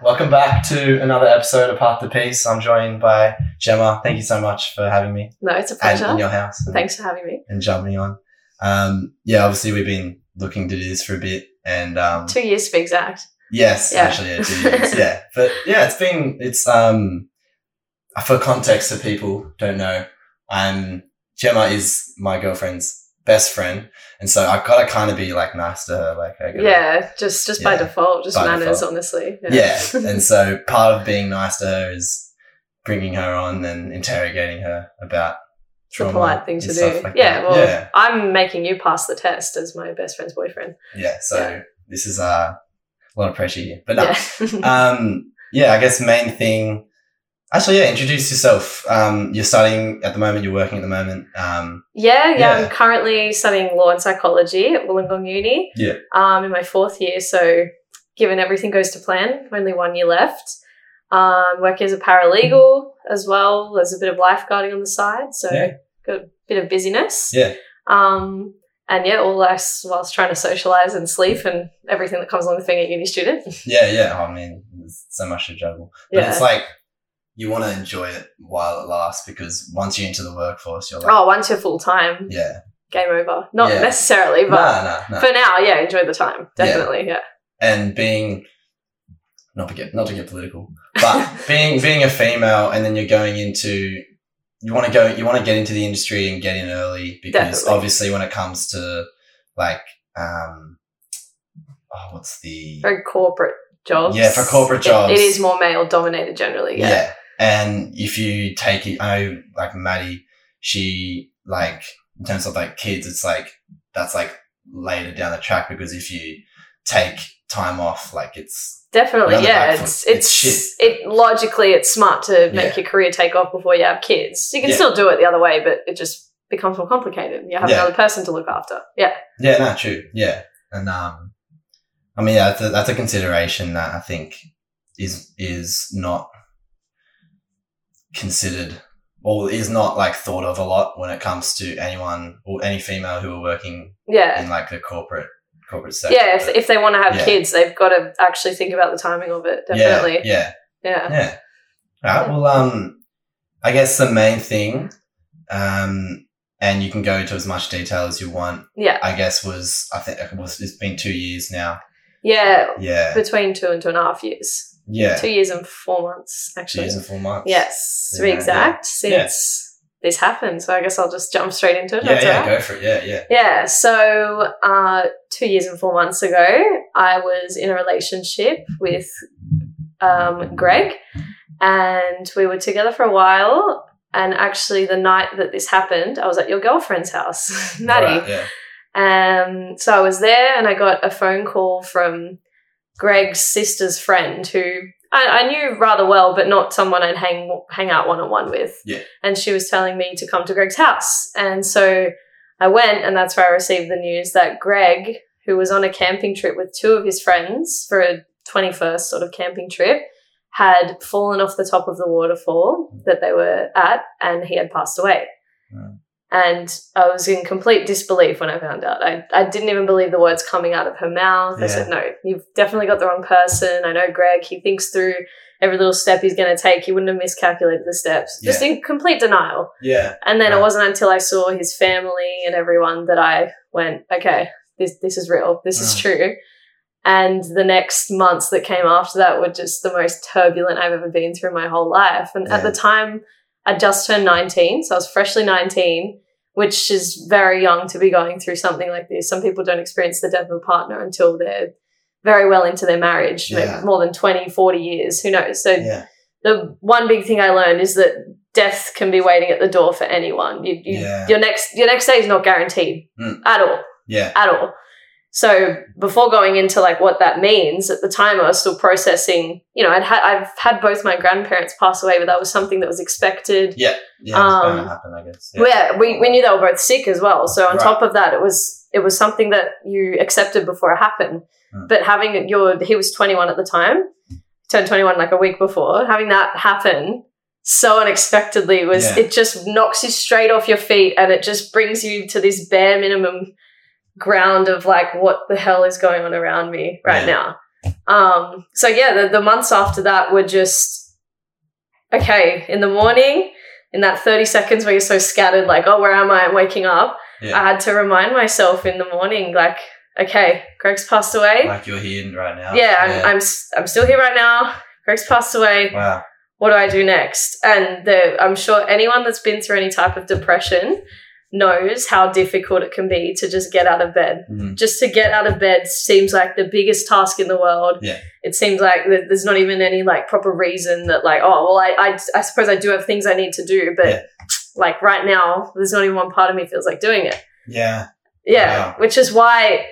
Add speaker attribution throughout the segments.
Speaker 1: Welcome back to another episode of Part the Piece. I'm joined by Gemma. Thank you so much for having me
Speaker 2: No, it's a
Speaker 1: and
Speaker 2: pleasure.
Speaker 1: in your house and,
Speaker 2: Thanks for having me.
Speaker 1: and jumping on. Um, yeah, obviously we've been looking to do this for a bit, and um,
Speaker 2: Two years to be exact.
Speaker 1: yes,
Speaker 2: Yeah.
Speaker 1: actually, yeah, two years, yeah. But yeah, it's been it's um for context that people don't know. Um, Gemma is my girlfriend's best friend, and so I've got to kind of be like nice to her, like I gotta-
Speaker 2: Yeah, just just by
Speaker 1: Yeah,
Speaker 2: default, just
Speaker 1: by
Speaker 2: manners,
Speaker 1: default.
Speaker 2: honestly.
Speaker 1: yeah. And so part of being nice to her is bringing her on and interrogating her about
Speaker 2: it's a
Speaker 1: trauma
Speaker 2: polite thing
Speaker 1: and
Speaker 2: to
Speaker 1: stuff
Speaker 2: do.
Speaker 1: like
Speaker 2: yeah,
Speaker 1: that.
Speaker 2: well,
Speaker 1: yeah,
Speaker 2: I'm making you pass the test as my best friend's boyfriend.
Speaker 1: yeah. So
Speaker 2: yeah.
Speaker 1: this is uh, a lot of pressure here, but no.
Speaker 2: Yeah.
Speaker 1: Um, yeah, I guess main thing. Actually, yeah, introduce yourself. Um, you're studying at the moment. You're working at the moment. Um,
Speaker 2: yeah, yeah,
Speaker 1: yeah.
Speaker 2: I'm currently studying law and psychology at Wollongong Uni.
Speaker 1: Yeah.
Speaker 2: Um, in my fourth year, so given everything goes to plan, only one year left. Um, working as a paralegal as well. There's a bit of lifeguarding on the side, so
Speaker 1: Yeah.
Speaker 2: got a bit of busyness.
Speaker 1: Yeah.
Speaker 2: Um, and yeah, all this whilst trying to socialize and sleep and everything that comes along with being a uni student.
Speaker 1: yeah, yeah. Oh, I mean, there's so much to juggle, but
Speaker 2: Yeah.
Speaker 1: it's like you want to enjoy it while it lasts because once you're into the workforce, you're like,
Speaker 2: oh, once you're full time,
Speaker 1: yeah,
Speaker 2: game over. Not
Speaker 1: Yeah.
Speaker 2: necessarily,
Speaker 1: no,
Speaker 2: but
Speaker 1: no, no.
Speaker 2: for now, yeah, enjoy the time. Definitely, yeah.
Speaker 1: and being not to get not to get political, but being being a female and then you're going into you want to go you want to get into the industry and get in early because
Speaker 2: Definitely.
Speaker 1: obviously when it comes to like um oh what's the
Speaker 2: For corporate jobs.
Speaker 1: Yeah, for corporate
Speaker 2: it-
Speaker 1: jobs.
Speaker 2: it is more male dominated generally, yeah.
Speaker 1: and if you take it I know like Maddie she like in terms of like kids it's like that's like later down the track because if you take time off like it's
Speaker 2: Definitely,
Speaker 1: You're on the
Speaker 2: yeah.
Speaker 1: back
Speaker 2: It's
Speaker 1: foot.
Speaker 2: it's,
Speaker 1: It's
Speaker 2: it logically it's smart to make
Speaker 1: Yeah.
Speaker 2: your career take off before you have kids. You can
Speaker 1: Yeah.
Speaker 2: still do it the other way, but it just becomes more complicated. You have
Speaker 1: Yeah.
Speaker 2: another person to look after. Yeah.
Speaker 1: Yeah, no, true. Yeah, and um, I mean, yeah, that's a, that's a consideration that I think is is not considered or is not like thought of a lot when it comes to anyone or any female who are working
Speaker 2: Yeah.
Speaker 1: in like the corporate corporate sector.
Speaker 2: yeah, if, if they want to have
Speaker 1: Yeah.
Speaker 2: kids, they've got to actually think about the timing of it.
Speaker 1: But-
Speaker 2: Definitely. Yeah.
Speaker 1: Yeah, yeah, yeah. All right. Well, um, I guess the main thing, um, and you can go into as much detail as you want.
Speaker 2: Yeah.
Speaker 1: I guess was I think it was it's been two years now.
Speaker 2: Yeah.
Speaker 1: Yeah.
Speaker 2: Between two and two and a half years.
Speaker 1: yeah.
Speaker 2: Two years and four months,
Speaker 1: Two
Speaker 2: actually.
Speaker 1: years and four months.
Speaker 2: Yes, to be
Speaker 1: Yeah,
Speaker 2: exact,
Speaker 1: yeah.
Speaker 2: since this happened. So I guess I'll just jump straight into it.
Speaker 1: Yeah,
Speaker 2: that's
Speaker 1: yeah,
Speaker 2: all right.
Speaker 1: go for it. Yeah, yeah.
Speaker 2: Yeah, so uh, two years and four months ago, I was in a relationship with um, Greg, and we were together for a while. And actually, the night that this happened, I was at your girlfriend's house, Maddie.
Speaker 1: Alright, yeah.
Speaker 2: Um, so I was there and I got a phone call from Greg's sister's friend who I, I knew rather well, but not someone I'd hang hang out one on one with.
Speaker 1: Yeah.
Speaker 2: And she was telling me to come to Greg's house. And so I went and that's where I received the news that Greg, who was on a camping trip with two of his friends for a 21st sort of camping trip, had fallen off the top of the waterfall that they were at and he had passed away. And I was in complete disbelief when I found out. I, I didn't even believe the words coming out of her mouth. I said, No, you've definitely got the wrong person. I know Greg, he thinks through every little step he's going to take. He wouldn't have miscalculated the steps. Just in complete denial.
Speaker 1: Yeah.
Speaker 2: And then it
Speaker 1: Right.
Speaker 2: wasn't until I saw his family and everyone that I went, Okay, this, this is real. This is
Speaker 1: Right.
Speaker 2: true. And the next months that came after that were just the most turbulent I've ever been through my whole life. And at
Speaker 1: Yeah.
Speaker 2: the time, I just turned 19, so I was freshly 19, which is very young to be going through something like this. Some people don't experience the death of a partner until they're very well into their marriage, maybe
Speaker 1: Yeah.
Speaker 2: more than 20, 40 years, who knows. So
Speaker 1: Yeah.
Speaker 2: the one big thing I learned is that death can be waiting at the door for anyone. You, you,
Speaker 1: Yeah.
Speaker 2: Your next your next day is not guaranteed
Speaker 1: Mm.
Speaker 2: at all
Speaker 1: Yeah.
Speaker 2: at all. So before going into like what that means, at the time I was still processing. You know, I'd had I've had both my grandparents pass away, but that was something that was expected.
Speaker 1: Yeah. it's
Speaker 2: Um,
Speaker 1: gonna happen, I guess.
Speaker 2: Yeah, we, we knew they were both sick as well. So on
Speaker 1: Right.
Speaker 2: top of that, it was it was something that you accepted before it happened.
Speaker 1: Mm.
Speaker 2: But having your he was twenty one at the time, turned twenty one like a week before, having that happen so unexpectedly was
Speaker 1: Yeah.
Speaker 2: it just knocks you straight off your feet and it just brings you to this bare minimum ground of like what the hell is going on around me right
Speaker 1: Yeah.
Speaker 2: now Um, so yeah, the, the months after that were just okay. In the morning, in that 30 seconds where you're so scattered, like, oh, where am I? I'm waking up.
Speaker 1: Yeah.
Speaker 2: I had to remind myself in the morning, like, okay, Greg's passed away.
Speaker 1: like you're here right now.
Speaker 2: yeah, I'm, I'm, s- I'm still here right now. Greg's passed away.
Speaker 1: wow.
Speaker 2: What do I do next? And the, I'm sure anyone that's been through any type of depression knows how difficult it can be to just get out of bed
Speaker 1: Mm.
Speaker 2: just to get out of bed seems like the biggest task in the world.
Speaker 1: Yeah.
Speaker 2: It seems like th- there's not even any like proper reason that like, oh, well, I, I, I suppose I do have things I need to do, but
Speaker 1: Yeah.
Speaker 2: like right now, there's not even one part of me feels like doing it.
Speaker 1: Yeah.
Speaker 2: Yeah.
Speaker 1: Wow.
Speaker 2: Which is why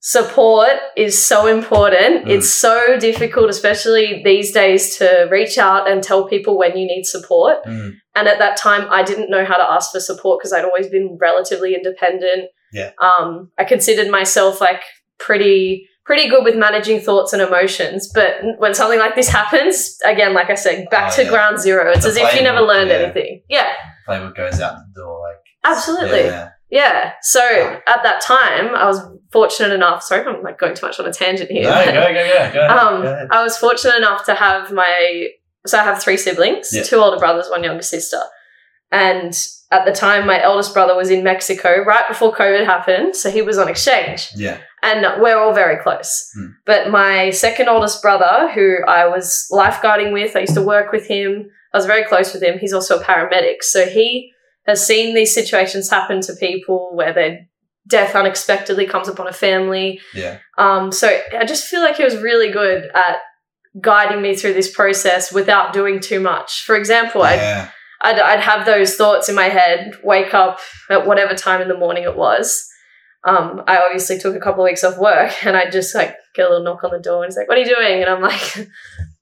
Speaker 2: support is so important.
Speaker 1: Mm.
Speaker 2: It's so difficult, especially these days to reach out and tell people when you need support.
Speaker 1: Mm.
Speaker 2: And at that time, I didn't know how to ask for support because I'd always been relatively independent.
Speaker 1: Yeah.
Speaker 2: Um, I considered myself like pretty pretty good with managing thoughts and emotions. But when something like this happens, again, like I said, back
Speaker 1: Oh,
Speaker 2: to
Speaker 1: yeah.
Speaker 2: ground zero. It's
Speaker 1: The
Speaker 2: as if you
Speaker 1: blame
Speaker 2: never
Speaker 1: loop,
Speaker 2: learned
Speaker 1: yeah.
Speaker 2: anything. Yeah,
Speaker 1: Playbook goes out the door. Like
Speaker 2: absolutely. Yeah.
Speaker 1: Yeah.
Speaker 2: So at that time, I was fortunate enough. Sorry if I'm like going too much on a tangent here.
Speaker 1: No,
Speaker 2: but-
Speaker 1: go go go go.
Speaker 2: um,
Speaker 1: go ahead.
Speaker 2: I was fortunate enough to have my so I have three siblings,
Speaker 1: Yeah.
Speaker 2: two older brothers, one younger sister. And at the time my eldest brother was in Mexico right before COVID happened, so he was on exchange.
Speaker 1: Yeah.
Speaker 2: And we're all very close.
Speaker 1: Hmm.
Speaker 2: But my second oldest brother, who I was lifeguarding with, I used to work with him, I was very close with him. He's also a paramedic. So he has seen these situations happen to people where their death unexpectedly comes upon a family.
Speaker 1: Yeah.
Speaker 2: Um, so I just feel like he was really good at guiding me through this process without doing too much. For example,
Speaker 1: yeah.
Speaker 2: I'd, I'd, I'd have those thoughts in my head, wake up at whatever time in the morning it was. Um, I obviously took a couple of weeks off work and I just like get a little knock on the door and he's like, what are you doing? And I'm like,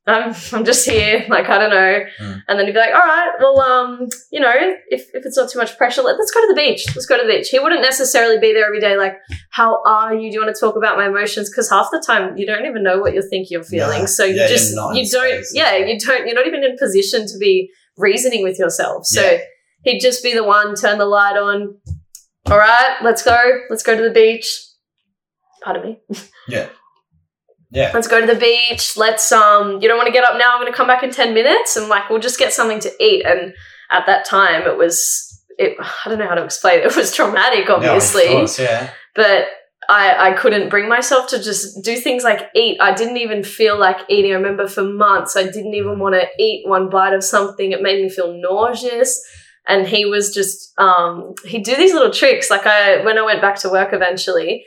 Speaker 2: I'm, I'm just here. Like, I don't know.
Speaker 1: Mm.
Speaker 2: And then he'd be like, all right, well, um, you know, if, if it's not too much pressure, let, let's go to the beach. Let's go to the beach. He wouldn't necessarily be there every day. Like, how are you? Do you want to talk about my emotions? Cause half the time you don't even know what you're thinking or feeling.
Speaker 1: No.
Speaker 2: So you
Speaker 1: Yeah, you're
Speaker 2: just,
Speaker 1: not in
Speaker 2: you don't,
Speaker 1: space.
Speaker 2: yeah, you don't, you're not even in position to be reasoning with yourself. So
Speaker 1: Yeah.
Speaker 2: he'd just be the one, turn the light on. All right, let's go. Let's go to the beach. Pardon me.
Speaker 1: Yeah.
Speaker 2: Let's go to the beach. Let's um you don't want to get up now, I'm gonna come back in ten minutes and like we'll just get something to eat. And at that time it was it I don't know how to explain it, it was traumatic
Speaker 1: No, of
Speaker 2: obviously.
Speaker 1: course, yeah.
Speaker 2: but I, I couldn't bring myself to just do things like eat. I didn't even feel like eating. I remember for months I didn't even want to eat one bite of something. It made me feel nauseous. And he was just um, he'd do these little tricks. Like I when I went back to work eventually,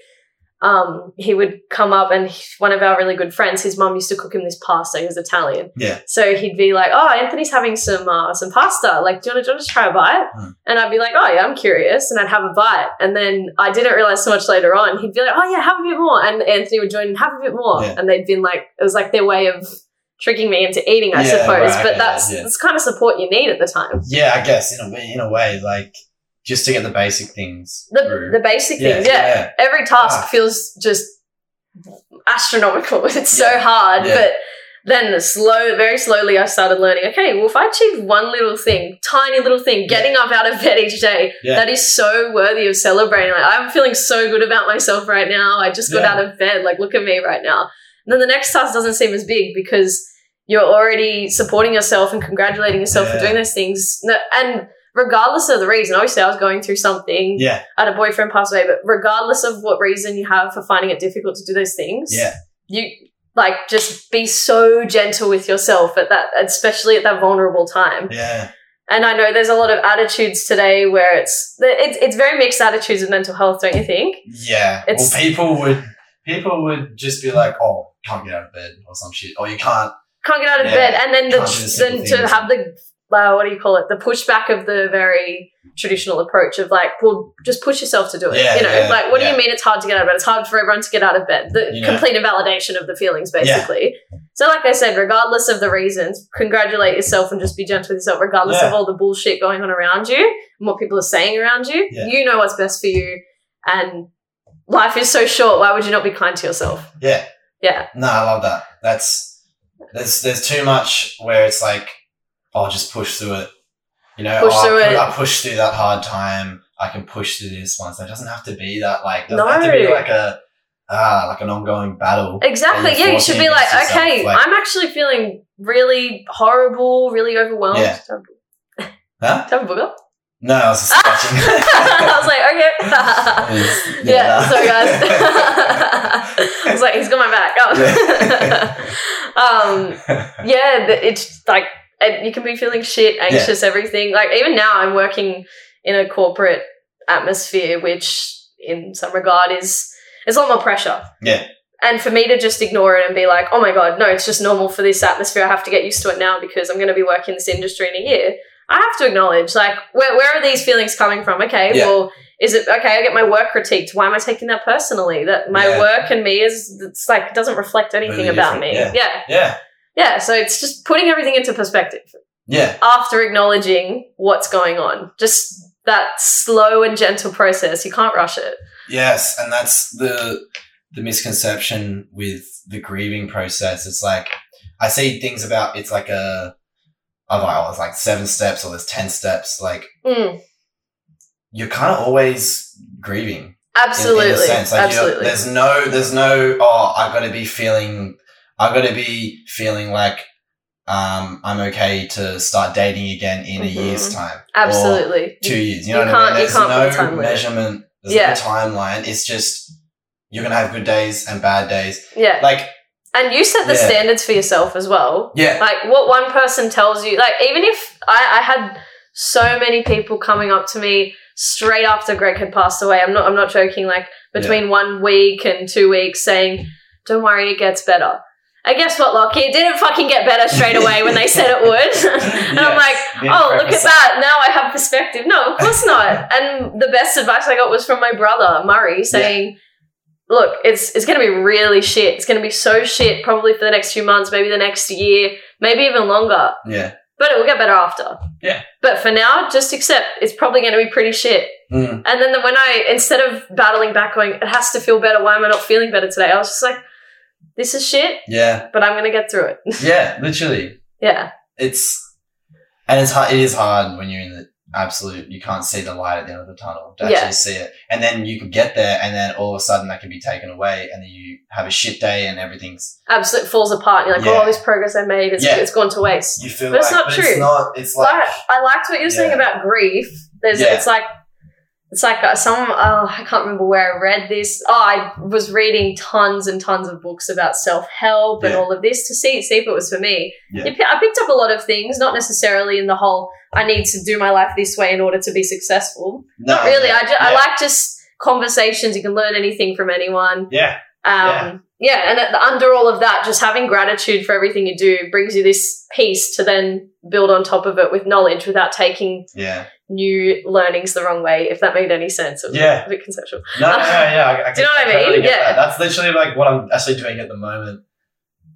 Speaker 2: um, he would come up and he- one of our really good friends, his mum used to cook him this pasta. He was Italian.
Speaker 1: Yeah.
Speaker 2: So he'd be like, "Oh, Anthony's having some uh, some pasta. Like, do you want to just try a bite?"
Speaker 1: Hmm.
Speaker 2: And I'd be like, "Oh yeah, I'm curious," and I'd have a bite. And then I didn't realize so much later on. He'd be like, "Oh yeah, have a bit more," and Anthony would join and have a bit more.
Speaker 1: Yeah.
Speaker 2: And they'd been like, it was like their way of tricking me into eating, I
Speaker 1: Yeah,
Speaker 2: suppose.
Speaker 1: right,
Speaker 2: but
Speaker 1: yeah,
Speaker 2: that's
Speaker 1: yeah.
Speaker 2: that's kind of support you need at the time.
Speaker 1: Yeah, I guess in a way, in a way, like just to get the basic things
Speaker 2: The
Speaker 1: through.
Speaker 2: the basic things, yeah. every task
Speaker 1: Ah.
Speaker 2: feels just astronomical. It's so
Speaker 1: Yeah.
Speaker 2: hard,
Speaker 1: Yeah.
Speaker 2: but then the slow, very slowly, I started learning. Okay, well, if I achieve one little thing, tiny little thing, getting up out of bed each day,
Speaker 1: Yeah.
Speaker 2: that is so worthy of celebrating. Like I'm feeling so good about myself right now. I just got
Speaker 1: Yeah.
Speaker 2: out of bed. Like look at me right now. And then the next task doesn't seem as big because you're already supporting yourself and congratulating yourself for
Speaker 1: Yeah.
Speaker 2: doing those things. No- And regardless of the reason, obviously I was going through something
Speaker 1: Yeah.
Speaker 2: I had a boyfriend pass away, but regardless of what reason you have for finding it difficult to do those things,
Speaker 1: Yeah.
Speaker 2: you like just be so gentle with yourself at that, especially at that vulnerable time.
Speaker 1: Yeah.
Speaker 2: And I know there's a lot of attitudes today where it's it's, it's very mixed attitudes with mental health, don't you think?
Speaker 1: Yeah.
Speaker 2: It's-
Speaker 1: well, people would people would just be like, "Oh, can't get out of bed" or some shit, or you can't.
Speaker 2: Can't get out of
Speaker 1: Yeah.
Speaker 2: bed, and
Speaker 1: Can't
Speaker 2: then
Speaker 1: do the
Speaker 2: the,
Speaker 1: simple
Speaker 2: then to
Speaker 1: things.
Speaker 2: have the uh, what do you call it? The pushback of the very traditional approach of like, well, just push yourself to do it.
Speaker 1: Yeah,
Speaker 2: you know,
Speaker 1: yeah,
Speaker 2: like what do
Speaker 1: yeah.
Speaker 2: you mean it's hard to get out of bed? It's hard for everyone to get out of bed. The
Speaker 1: You know.
Speaker 2: complete invalidation of the feelings,
Speaker 1: Yeah.
Speaker 2: basically. So, like I said, regardless of the reasons, congratulate yourself and just be gentle with yourself, regardless
Speaker 1: Yeah.
Speaker 2: of all the bullshit going on around you and what people are saying around you.
Speaker 1: Yeah.
Speaker 2: You know what's best for you, and life is so short. Why would you not be kind to yourself?
Speaker 1: Yeah.
Speaker 2: Yeah.
Speaker 1: No, I love that. That's there's there's too much where it's like, "Oh, just push through it." You know,
Speaker 2: Push
Speaker 1: oh,
Speaker 2: through
Speaker 1: I, pu-
Speaker 2: it.
Speaker 1: I push through that hard time. I can push through this once. It doesn't have to be that like. Doesn't
Speaker 2: No.
Speaker 1: have to be like a ah, like an ongoing battle.
Speaker 2: Exactly.
Speaker 1: And
Speaker 2: Yeah, you
Speaker 1: forcing
Speaker 2: should be like,
Speaker 1: yourself,
Speaker 2: okay,
Speaker 1: like-
Speaker 2: I'm actually feeling really horrible, really overwhelmed.
Speaker 1: Yeah.
Speaker 2: Do
Speaker 1: Huh?
Speaker 2: I have a book up?
Speaker 1: No, I was just watching.
Speaker 2: I was like, okay.
Speaker 1: It's-
Speaker 2: yeah,
Speaker 1: nah.
Speaker 2: sorry guys. I was like, he's got my back. Oh. um, yeah, the- it's like and you can be feeling shit, anxious, everything. Like even now, I'm working in a corporate atmosphere, which in some regard is it's a lot more pressure.
Speaker 1: Yeah.
Speaker 2: And for me to just ignore it and be like, oh my god, no, it's just normal for this atmosphere. I have to get used to it now because I'm going to be working in this industry in a year. I have to acknowledge, like, where, where are these feelings coming from? Okay,
Speaker 1: Yeah.
Speaker 2: well, is it okay? I get my work critiqued. Why am I taking that personally? That my
Speaker 1: Yeah.
Speaker 2: work and me is, it's like, it doesn't reflect anything
Speaker 1: Really
Speaker 2: about me.
Speaker 1: different,
Speaker 2: yeah.
Speaker 1: yeah,
Speaker 2: Yeah, so it's just putting everything into perspective
Speaker 1: yeah,
Speaker 2: after acknowledging what's going on. Just that slow and gentle process. You can't rush it.
Speaker 1: yes, and that's the the misconception with the grieving process. It's like I see things about it's like a I'm like, oh, it's like seven steps or there's ten steps. Like
Speaker 2: Mm,
Speaker 1: you're kind of always grieving. in- in a
Speaker 2: absolutely.
Speaker 1: sense. Like, you're-
Speaker 2: absolutely.
Speaker 1: There's no, there's no. Oh, I've got to be feeling. I've got to be feeling like um, I'm okay to start dating again in a year's
Speaker 2: Mhm.
Speaker 1: time,
Speaker 2: Absolutely.
Speaker 1: two years. You
Speaker 2: You
Speaker 1: know what I mean?
Speaker 2: can't- you
Speaker 1: There's
Speaker 2: can't put a
Speaker 1: no
Speaker 2: time limit.
Speaker 1: measurement. There's
Speaker 2: Yeah.
Speaker 1: no timeline. It's just you're gonna have good days and bad days.
Speaker 2: Yeah.
Speaker 1: Like
Speaker 2: and you set the
Speaker 1: yeah.
Speaker 2: standards for yourself as well.
Speaker 1: yeah,
Speaker 2: Like what one person tells you, like even if I, I had so many people coming up to me straight after Greg had passed away, I'm not I'm not joking, like between one week and two weeks saying, Don't worry, it gets better. And guess what, Lockie? It didn't fucking get better straight away when they said it would. and
Speaker 1: Yes.
Speaker 2: I'm like,
Speaker 1: Yeah,
Speaker 2: oh, look at
Speaker 1: represent-
Speaker 2: that. Now I have perspective. No, of course not. and the best advice I got was from my brother, Murray, saying, look, it's it's going to be really shit. It's going to be so shit probably for the next few months, maybe the next year, maybe even longer.
Speaker 1: Yeah,
Speaker 2: But it will get better after.
Speaker 1: Yeah.
Speaker 2: But for now, just accept it's probably going to be pretty shit.
Speaker 1: Mm,
Speaker 2: And then the, when I, instead of battling back going, it has to feel better. Why am I not feeling better today? I was just like, this is shit,
Speaker 1: yeah,
Speaker 2: but I'm going to get through it.
Speaker 1: yeah. Literally,
Speaker 2: yeah.
Speaker 1: it's and it's hard. It is hard when you're in the absolute. You can't see the light at the end of the tunnel to
Speaker 2: Yeah.
Speaker 1: actually see it, and then you can get there, and then all of a sudden that can be taken away, and then you have a shit day, and everything's
Speaker 2: Absolutely falls apart. And you're like, oh,
Speaker 1: Yeah.
Speaker 2: all this progress I made, it's,
Speaker 1: Yeah.
Speaker 2: it's gone to waste.
Speaker 1: you feel.
Speaker 2: But
Speaker 1: like,
Speaker 2: it's not
Speaker 1: but
Speaker 2: true.
Speaker 1: It's not. It's like
Speaker 2: But I liked what you were saying
Speaker 1: Yeah.
Speaker 2: about grief. There's,
Speaker 1: Yeah.
Speaker 2: it's like, it's like uh, some. Oh, I can't remember where I read this. Oh, I was reading tons and tons of books about self help and
Speaker 1: Yeah.
Speaker 2: all of this to see see if it was for me.
Speaker 1: Yeah.
Speaker 2: You pi- I picked up a lot of things, not necessarily in the whole. I need to do my life this way in order to be successful.
Speaker 1: no,
Speaker 2: Not really. I, ju- I
Speaker 1: Um, yeah.
Speaker 2: like just conversations. You can learn anything from anyone.
Speaker 1: Yeah,
Speaker 2: Um, yeah. and at the, under all of that, just having gratitude for everything you do brings you this peace to then build on top of it with knowledge without taking
Speaker 1: yeah,
Speaker 2: new learnings the wrong way, if that made any sense. It was
Speaker 1: Yeah.
Speaker 2: a bit conceptual.
Speaker 1: no, no, no, yeah. I, I
Speaker 2: Do you know what I mean?
Speaker 1: totally get
Speaker 2: Yeah.
Speaker 1: that. that's literally like what I'm actually doing at the moment.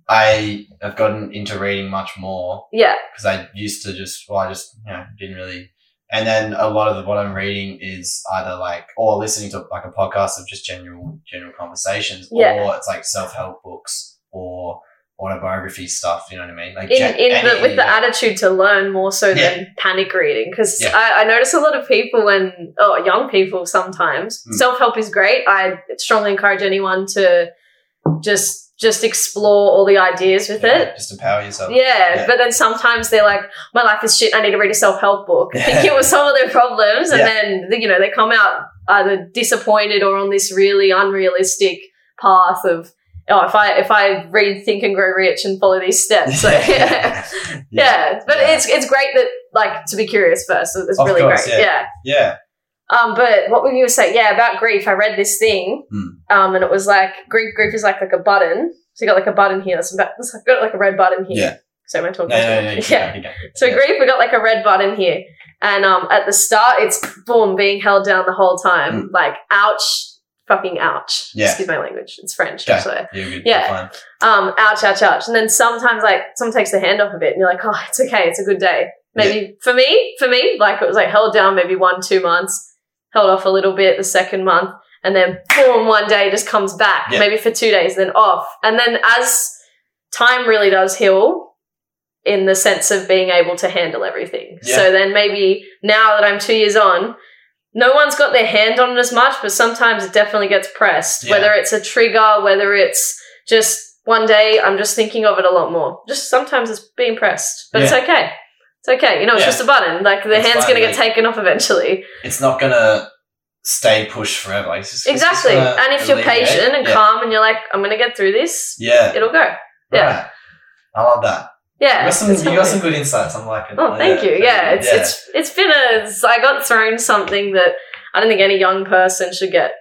Speaker 1: I have gotten into reading much more
Speaker 2: Yeah,
Speaker 1: because I used to just well, I just you know didn't really. And then a lot of the, what I'm reading is either like or listening to like a podcast of just general general conversations,
Speaker 2: Yeah.
Speaker 1: or it's like self help books or autobiography stuff. You know what I mean? Like
Speaker 2: in,
Speaker 1: gen-
Speaker 2: in the,
Speaker 1: any-
Speaker 2: with the attitude to learn more so
Speaker 1: Yeah.
Speaker 2: than panic reading, because
Speaker 1: Yeah.
Speaker 2: I, I notice a lot of people and oh, young people sometimes
Speaker 1: Mm.
Speaker 2: self help is great. I strongly encourage anyone to just just explore all the ideas with
Speaker 1: yeah,
Speaker 2: it.
Speaker 1: just empower yourself.
Speaker 2: Yeah,
Speaker 1: Yeah.
Speaker 2: but then sometimes they're like, "My life is shit. I need to read a self help book."
Speaker 1: Yeah.
Speaker 2: Thinking it was some of their problems, and
Speaker 1: Yeah.
Speaker 2: then you know they come out either disappointed or on this really unrealistic path of, "Oh, if I if I read Think and Grow Rich and follow these steps." So, yeah. but
Speaker 1: Yeah.
Speaker 2: it's it's great that like to be curious first. It's
Speaker 1: Of
Speaker 2: really
Speaker 1: course,
Speaker 2: great.
Speaker 1: yeah.
Speaker 2: yeah.
Speaker 1: yeah,
Speaker 2: Um, but what were you saying? Yeah, about grief. I read this thing,
Speaker 1: Hmm.
Speaker 2: um, and it was like grief. Grief is like like a button. So you got like a button here. That's about. That's, I've got like a red button here.
Speaker 1: Yeah.
Speaker 2: So am I talking?
Speaker 1: no,
Speaker 2: to
Speaker 1: no,
Speaker 2: you?
Speaker 1: no,
Speaker 2: yeah.
Speaker 1: yeah, yeah.
Speaker 2: So grief, we got like a red button here, and um, at the start, it's boom being held down the whole time. Like ouch, fucking ouch.
Speaker 1: Hmm. Yeah.
Speaker 2: Excuse my language. It's French.
Speaker 1: Okay.
Speaker 2: So
Speaker 1: You're good.
Speaker 2: Yeah.
Speaker 1: You're fine.
Speaker 2: um, ouch, ouch, ouch. And then sometimes like someone takes the hand off of it and you're like, oh, it's okay, it's a good day. Maybe for me, for me, like it was like held down maybe one, two months, held off a little bit the second month, and then boom, one day just comes back,
Speaker 1: Yeah.
Speaker 2: maybe for two days, then off. And then as time really does heal in the sense of being able to handle everything.
Speaker 1: Yeah.
Speaker 2: So then maybe now that I'm two years on, no one's got their hand on it as much, but sometimes it definitely gets pressed.
Speaker 1: Yeah.
Speaker 2: Whether it's a trigger, whether it's just one day I'm just thinking of it a lot more. Just sometimes it's being pressed, but it's
Speaker 1: Yeah.
Speaker 2: okay. It's okay. You know, it's
Speaker 1: Yeah.
Speaker 2: just a button. Like the
Speaker 1: It's
Speaker 2: hand's
Speaker 1: fine,
Speaker 2: going to get
Speaker 1: like-
Speaker 2: taken off eventually.
Speaker 1: It's not gonna stay pushed forever. Like, it's just- it's just
Speaker 2: Exactly.
Speaker 1: gonna
Speaker 2: And if you're
Speaker 1: alleviate.
Speaker 2: patient and
Speaker 1: yeah.
Speaker 2: calm and you're like, I'm going to get through this,
Speaker 1: yeah,
Speaker 2: it'll go. Yeah.
Speaker 1: Right. I love that.
Speaker 2: Yeah.
Speaker 1: you got some,
Speaker 2: it's
Speaker 1: you got
Speaker 2: healthy.
Speaker 1: some good insights. I'm liking.
Speaker 2: Oh, thank you. Yeah, it's it's it's been a. it's- I got thrown something that I don't think any young person should get,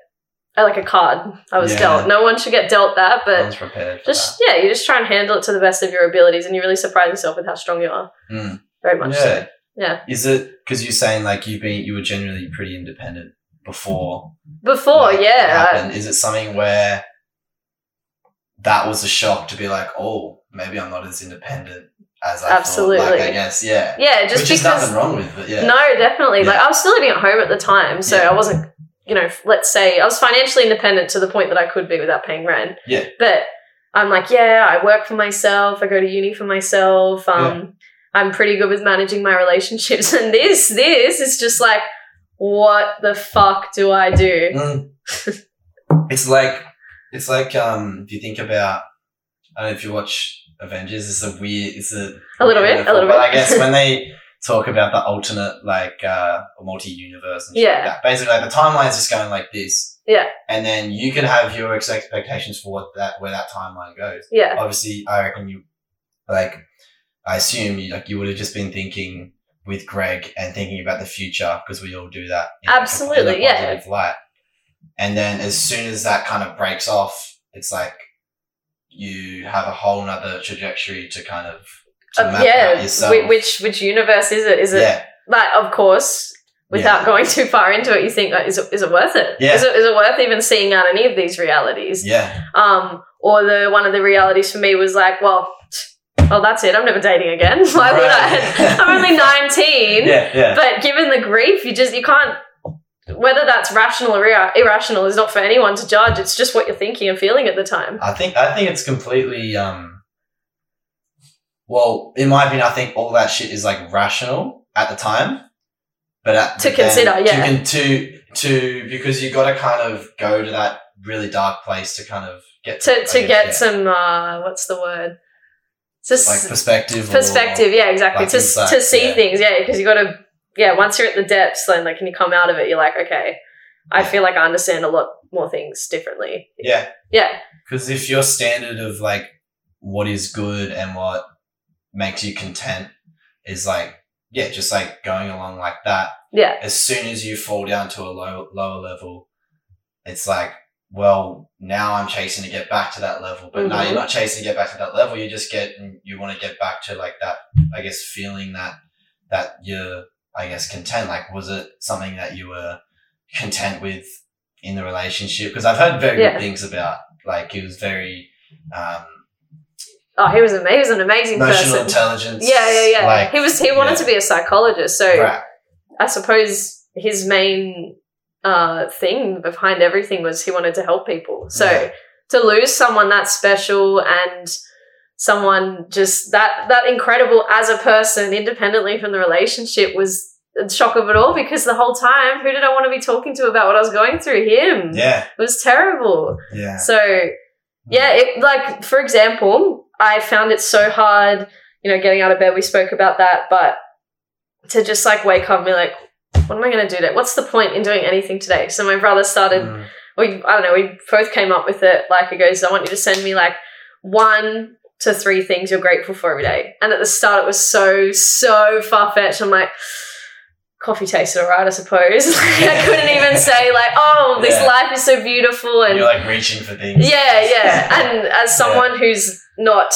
Speaker 2: uh, like a card I was
Speaker 1: Yeah.
Speaker 2: dealt. No one should get dealt that,
Speaker 1: I
Speaker 2: but
Speaker 1: was prepared for
Speaker 2: just yeah, you just try and handle it to the best of your abilities, and you really surprise yourself with how strong you are.
Speaker 1: that. Mm.
Speaker 2: Very much
Speaker 1: yeah.
Speaker 2: so. Yeah.
Speaker 1: Is it because you're saying like you've been you were generally pretty independent before?
Speaker 2: Before,
Speaker 1: like, it
Speaker 2: Oh, yeah,
Speaker 1: happened? Is it something where that was a shock to be like, oh, maybe I'm not as independent as I thought. Like, I
Speaker 2: Absolutely.
Speaker 1: guess, yeah.
Speaker 2: yeah, just
Speaker 1: Which is
Speaker 2: because.
Speaker 1: nothing wrong with, but yeah.
Speaker 2: No, definitely.
Speaker 1: Yeah.
Speaker 2: Like I was still living at home at the time, so
Speaker 1: Yeah.
Speaker 2: I wasn't, you know, let's say I was financially independent to the point that I could be without paying rent.
Speaker 1: Yeah.
Speaker 2: But I'm like, yeah, I work for myself. I go to uni for myself. Um, I'm pretty good with managing my relationships, and this, this is just like, what the fuck do I do?
Speaker 1: Mm. it's like it's like um if you think about I don't know if you watch Avengers, it's a weird it's a
Speaker 2: A little bit, a little
Speaker 1: but
Speaker 2: bit.
Speaker 1: I guess when they talk about the alternate like uh multi universe and shit like
Speaker 2: Yeah.
Speaker 1: that, basically like the timeline's just going like this.
Speaker 2: Yeah.
Speaker 1: And then you can have your ex- expectations for what that where that timeline goes.
Speaker 2: Yeah.
Speaker 1: Obviously I reckon you like I assume you like you would have just been thinking with Greg and thinking about the future because we all do that. in a- in a
Speaker 2: Absolutely, yeah.
Speaker 1: positive Light. And then as soon as that kind of breaks off, it's like you have a whole nother trajectory to kind of to
Speaker 2: Uh,
Speaker 1: map out
Speaker 2: yeah.
Speaker 1: yourself.
Speaker 2: Whi- Which which universe is it? Is it
Speaker 1: yeah,
Speaker 2: like of course without
Speaker 1: Yeah.
Speaker 2: going too far into it you think like, is it, is it worth it? Is
Speaker 1: Yeah.
Speaker 2: it is it worth even seeing out any of these realities
Speaker 1: yeah,
Speaker 2: um or the one of the realities for me was like well well that's it i'm never dating again why would i
Speaker 1: Right.
Speaker 2: i'm only 19
Speaker 1: yeah, yeah.
Speaker 2: but given the grief you just you can't whether that's rational or irra- irrational is not for anyone to judge it's just what you're thinking and feeling at the time
Speaker 1: I think I think it's completely um. Well, in my opinion, I think all that shit is like rational at the time, but at,
Speaker 2: To
Speaker 1: but then
Speaker 2: consider, yeah.
Speaker 1: to, con- to to because you got to kind of go to that really dark place to kind of get
Speaker 2: to
Speaker 1: I
Speaker 2: to
Speaker 1: guess,
Speaker 2: get
Speaker 1: yeah.
Speaker 2: some uh what's the word just
Speaker 1: like perspective. or-
Speaker 2: perspective yeah exactly
Speaker 1: like
Speaker 2: to,
Speaker 1: insight,
Speaker 2: to see
Speaker 1: yeah.
Speaker 2: things yeah because you gotta yeah once you're at the depths then like and you come out of it you're like okay i feel like i understand a lot more things differently
Speaker 1: yeah,
Speaker 2: yeah
Speaker 1: because if your standard of like what is good and what makes you content is like yeah, just like going along like that.
Speaker 2: yeah
Speaker 1: as soon as you fall down to a low, lower level, it's like, well, now I'm chasing to get back to that level. But no,
Speaker 2: Mhm.
Speaker 1: you're not chasing to get back to that level. You just get, you want to get back to like that, I guess, feeling that, that you're, I guess, content. Like, was it something that you were content with in the relationship? Because I've heard very
Speaker 2: Yeah.
Speaker 1: good things about, like, it was very, um,
Speaker 2: oh he was amazing he was an amazing
Speaker 1: emotional
Speaker 2: person
Speaker 1: intelligence.
Speaker 2: yeah yeah yeah
Speaker 1: Like,
Speaker 2: he was he wanted
Speaker 1: yeah.
Speaker 2: to be a psychologist so
Speaker 1: right.
Speaker 2: i suppose his main uh thing behind everything was he wanted to help people so
Speaker 1: Yeah.
Speaker 2: to lose someone that special and someone just that that incredible as a person independently from the relationship was the shock of it all because the whole time who did i want to be talking to about what i was going through him
Speaker 1: Yeah.
Speaker 2: it was terrible
Speaker 1: Yeah.
Speaker 2: so yeah, it like for example, I found it so hard, you know, getting out of bed. We spoke about that, but to just like wake up and be like, what am I going to do today? What's the point in doing anything today? So my brother started.
Speaker 1: Mm.
Speaker 2: We I don't know. We both came up with it. Like he goes, I want you to send me like one to three things you're grateful for every day. And at the start, it was so so far fetched. I'm like. Coffee tasted alright, I suppose. Like, I couldn't even say like, "Oh, this
Speaker 1: Yeah.
Speaker 2: life is so beautiful," and
Speaker 1: You're like reaching for things.
Speaker 2: yeah, yeah. And as someone who's not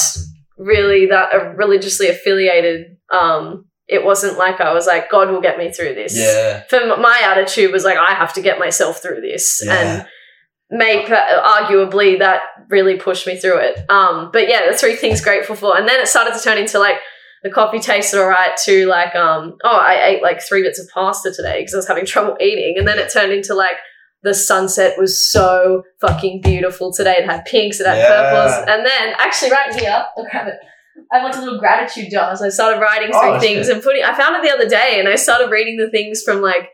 Speaker 2: really that uh, religiously affiliated, um, it wasn't like I was like, God will get me through this.
Speaker 1: yeah.
Speaker 2: For m- my attitude was like, I have to get myself through this,
Speaker 1: Yeah.
Speaker 2: and make arguably that really pushed me through it. Um, but yeah, the three things grateful for, and then it started to turn into like. The coffee tasted all right to like, um, oh, I ate like three bits of pasta today because I was having trouble eating. And then it turned into like, the sunset was so fucking beautiful today. It had pinks, it had
Speaker 1: Yeah.
Speaker 2: purples. And then actually right here, I'll grab it. I want a little gratitude jar. So I started writing
Speaker 1: Oh,
Speaker 2: through
Speaker 1: that's
Speaker 2: things and putting I found it the other day and I started reading the things from like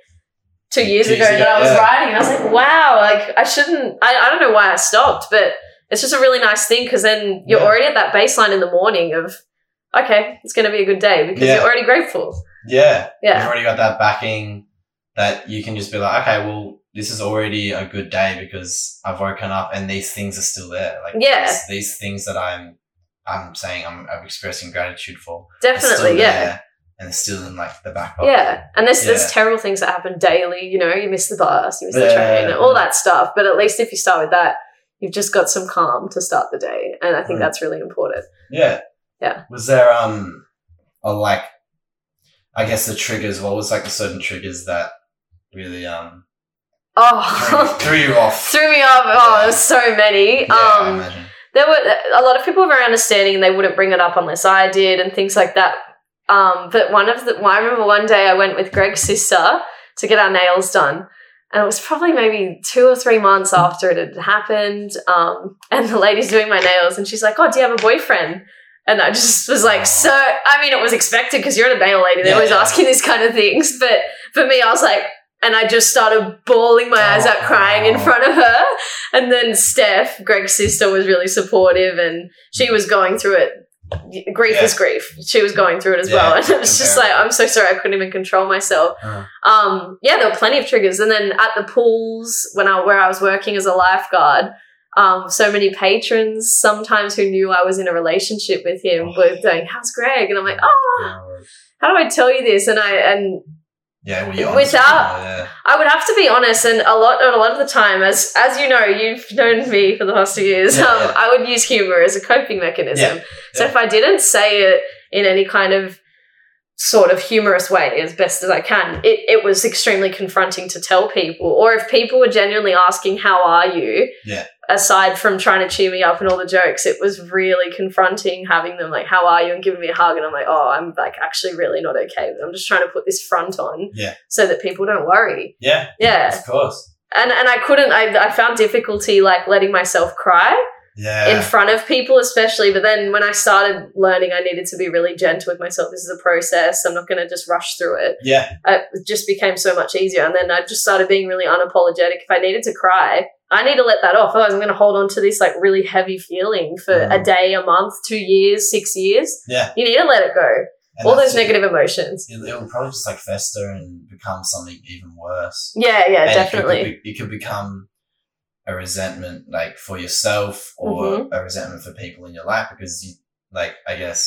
Speaker 2: two years
Speaker 1: Two
Speaker 2: ago
Speaker 1: years
Speaker 2: that
Speaker 1: ago,
Speaker 2: I was
Speaker 1: yeah.
Speaker 2: riding, and I was like, wow, like I shouldn't. I, I don't know why I stopped, but it's just a really nice thing because then you're
Speaker 1: Yeah.
Speaker 2: already at that baseline in the morning of, okay, it's going to be a good day because
Speaker 1: Yeah.
Speaker 2: you're already grateful.
Speaker 1: Yeah. You've
Speaker 2: Yeah,
Speaker 1: already got that backing that you can just be like, okay, well, this is already a good day because I've woken up and these things are still there. Like
Speaker 2: Yeah.
Speaker 1: these, these things that I'm I'm saying I'm, I'm expressing gratitude for. are still
Speaker 2: definitely. Yeah.
Speaker 1: there and it's still in like the back pocket.
Speaker 2: Yeah, and there's
Speaker 1: Oh. Yeah.
Speaker 2: there's terrible things that happen daily. You know, you miss the bus, you miss the
Speaker 1: Yeah.
Speaker 2: train, all that stuff. But at least if you start with that, you've just got some calm to start the day, and I think
Speaker 1: Mm.
Speaker 2: that's really important.
Speaker 1: Yeah.
Speaker 2: Yeah.
Speaker 1: Was there um a like I guess the triggers, what was like the certain triggers that really um threw,
Speaker 2: Oh,
Speaker 1: threw you off?
Speaker 2: threw me off. Oh, there's so many.
Speaker 1: yeah, I
Speaker 2: um,
Speaker 1: imagine.
Speaker 2: there were a lot of people were very understanding and they wouldn't bring it up unless I did and things like that. Um, but one of the, well, I remember one day I went with Greg's sister to get our nails done. And it was probably maybe two or three months after it had happened. Um, and the lady's doing my nails and she's like, Oh, do you have a boyfriend? And I just was like, So, I mean, it was expected because you're a nail lady. They're
Speaker 1: Yeah,
Speaker 2: always
Speaker 1: yeah.
Speaker 2: asking these kind of things. But for me, I was like, and I just started bawling my eyes out crying in
Speaker 1: Oh.
Speaker 2: front of her. And then Steph, Greg's sister, was really supportive and she was going through it. Grief is grief. She was going through it as
Speaker 1: Yeah,
Speaker 2: well. And it was just like,
Speaker 1: comparable.
Speaker 2: I'm so sorry, I couldn't even control myself.
Speaker 1: Uh.
Speaker 2: Um, yeah, there were plenty of triggers. And then at the pools, when I where I was working as a lifeguard, um, so many patrons sometimes who knew I was in a relationship with him
Speaker 1: Oh.
Speaker 2: were going, How's Greg? And I'm like, Oh, how do I tell you this? And I and
Speaker 1: Yeah, well, you're honest with
Speaker 2: Without-
Speaker 1: people, yeah.
Speaker 2: I would have to be honest, and a lot, a lot of the time, as as you know, you've known me for the past few years.
Speaker 1: Yeah,
Speaker 2: um,
Speaker 1: yeah.
Speaker 2: I would use humor as a coping mechanism. So
Speaker 1: yeah.
Speaker 2: if I didn't say it in any kind of sort of humorous way as best as I can, it it was extremely confronting to tell people. Or if people were genuinely asking, "How are you?"
Speaker 1: Yeah.
Speaker 2: Aside from trying to cheer me up and all the jokes, it was really confronting having them like, "How are you?" and giving me a hug, and I'm like, "Oh, I'm like actually really not okay. I'm just trying to put this front on,
Speaker 1: Yeah.
Speaker 2: so that people don't worry."
Speaker 1: Yeah,
Speaker 2: Yeah.
Speaker 1: of course.
Speaker 2: And and I couldn't I, I found difficulty like letting myself cry
Speaker 1: Yeah.
Speaker 2: in front of people especially but then when I started learning I needed to be really gentle with myself this is a process I'm not going to just rush through it
Speaker 1: yeah.
Speaker 2: I- it just became so much easier and then I just started being really unapologetic if I needed to cry I need to let that off otherwise I'm going to hold on to this like really heavy feeling for a
Speaker 1: Mm.
Speaker 2: day a month 2 years 6 years
Speaker 1: Yeah.
Speaker 2: you need to let it go
Speaker 1: And
Speaker 2: all
Speaker 1: that's
Speaker 2: those
Speaker 1: it.
Speaker 2: negative emotions
Speaker 1: It, it will probably just like fester and become something even worse.
Speaker 2: yeah yeah
Speaker 1: And it could-
Speaker 2: definitely
Speaker 1: It could, be- it could become a resentment like for yourself or
Speaker 2: Mm-hmm.
Speaker 1: a resentment for people in your life because you, like, I guess,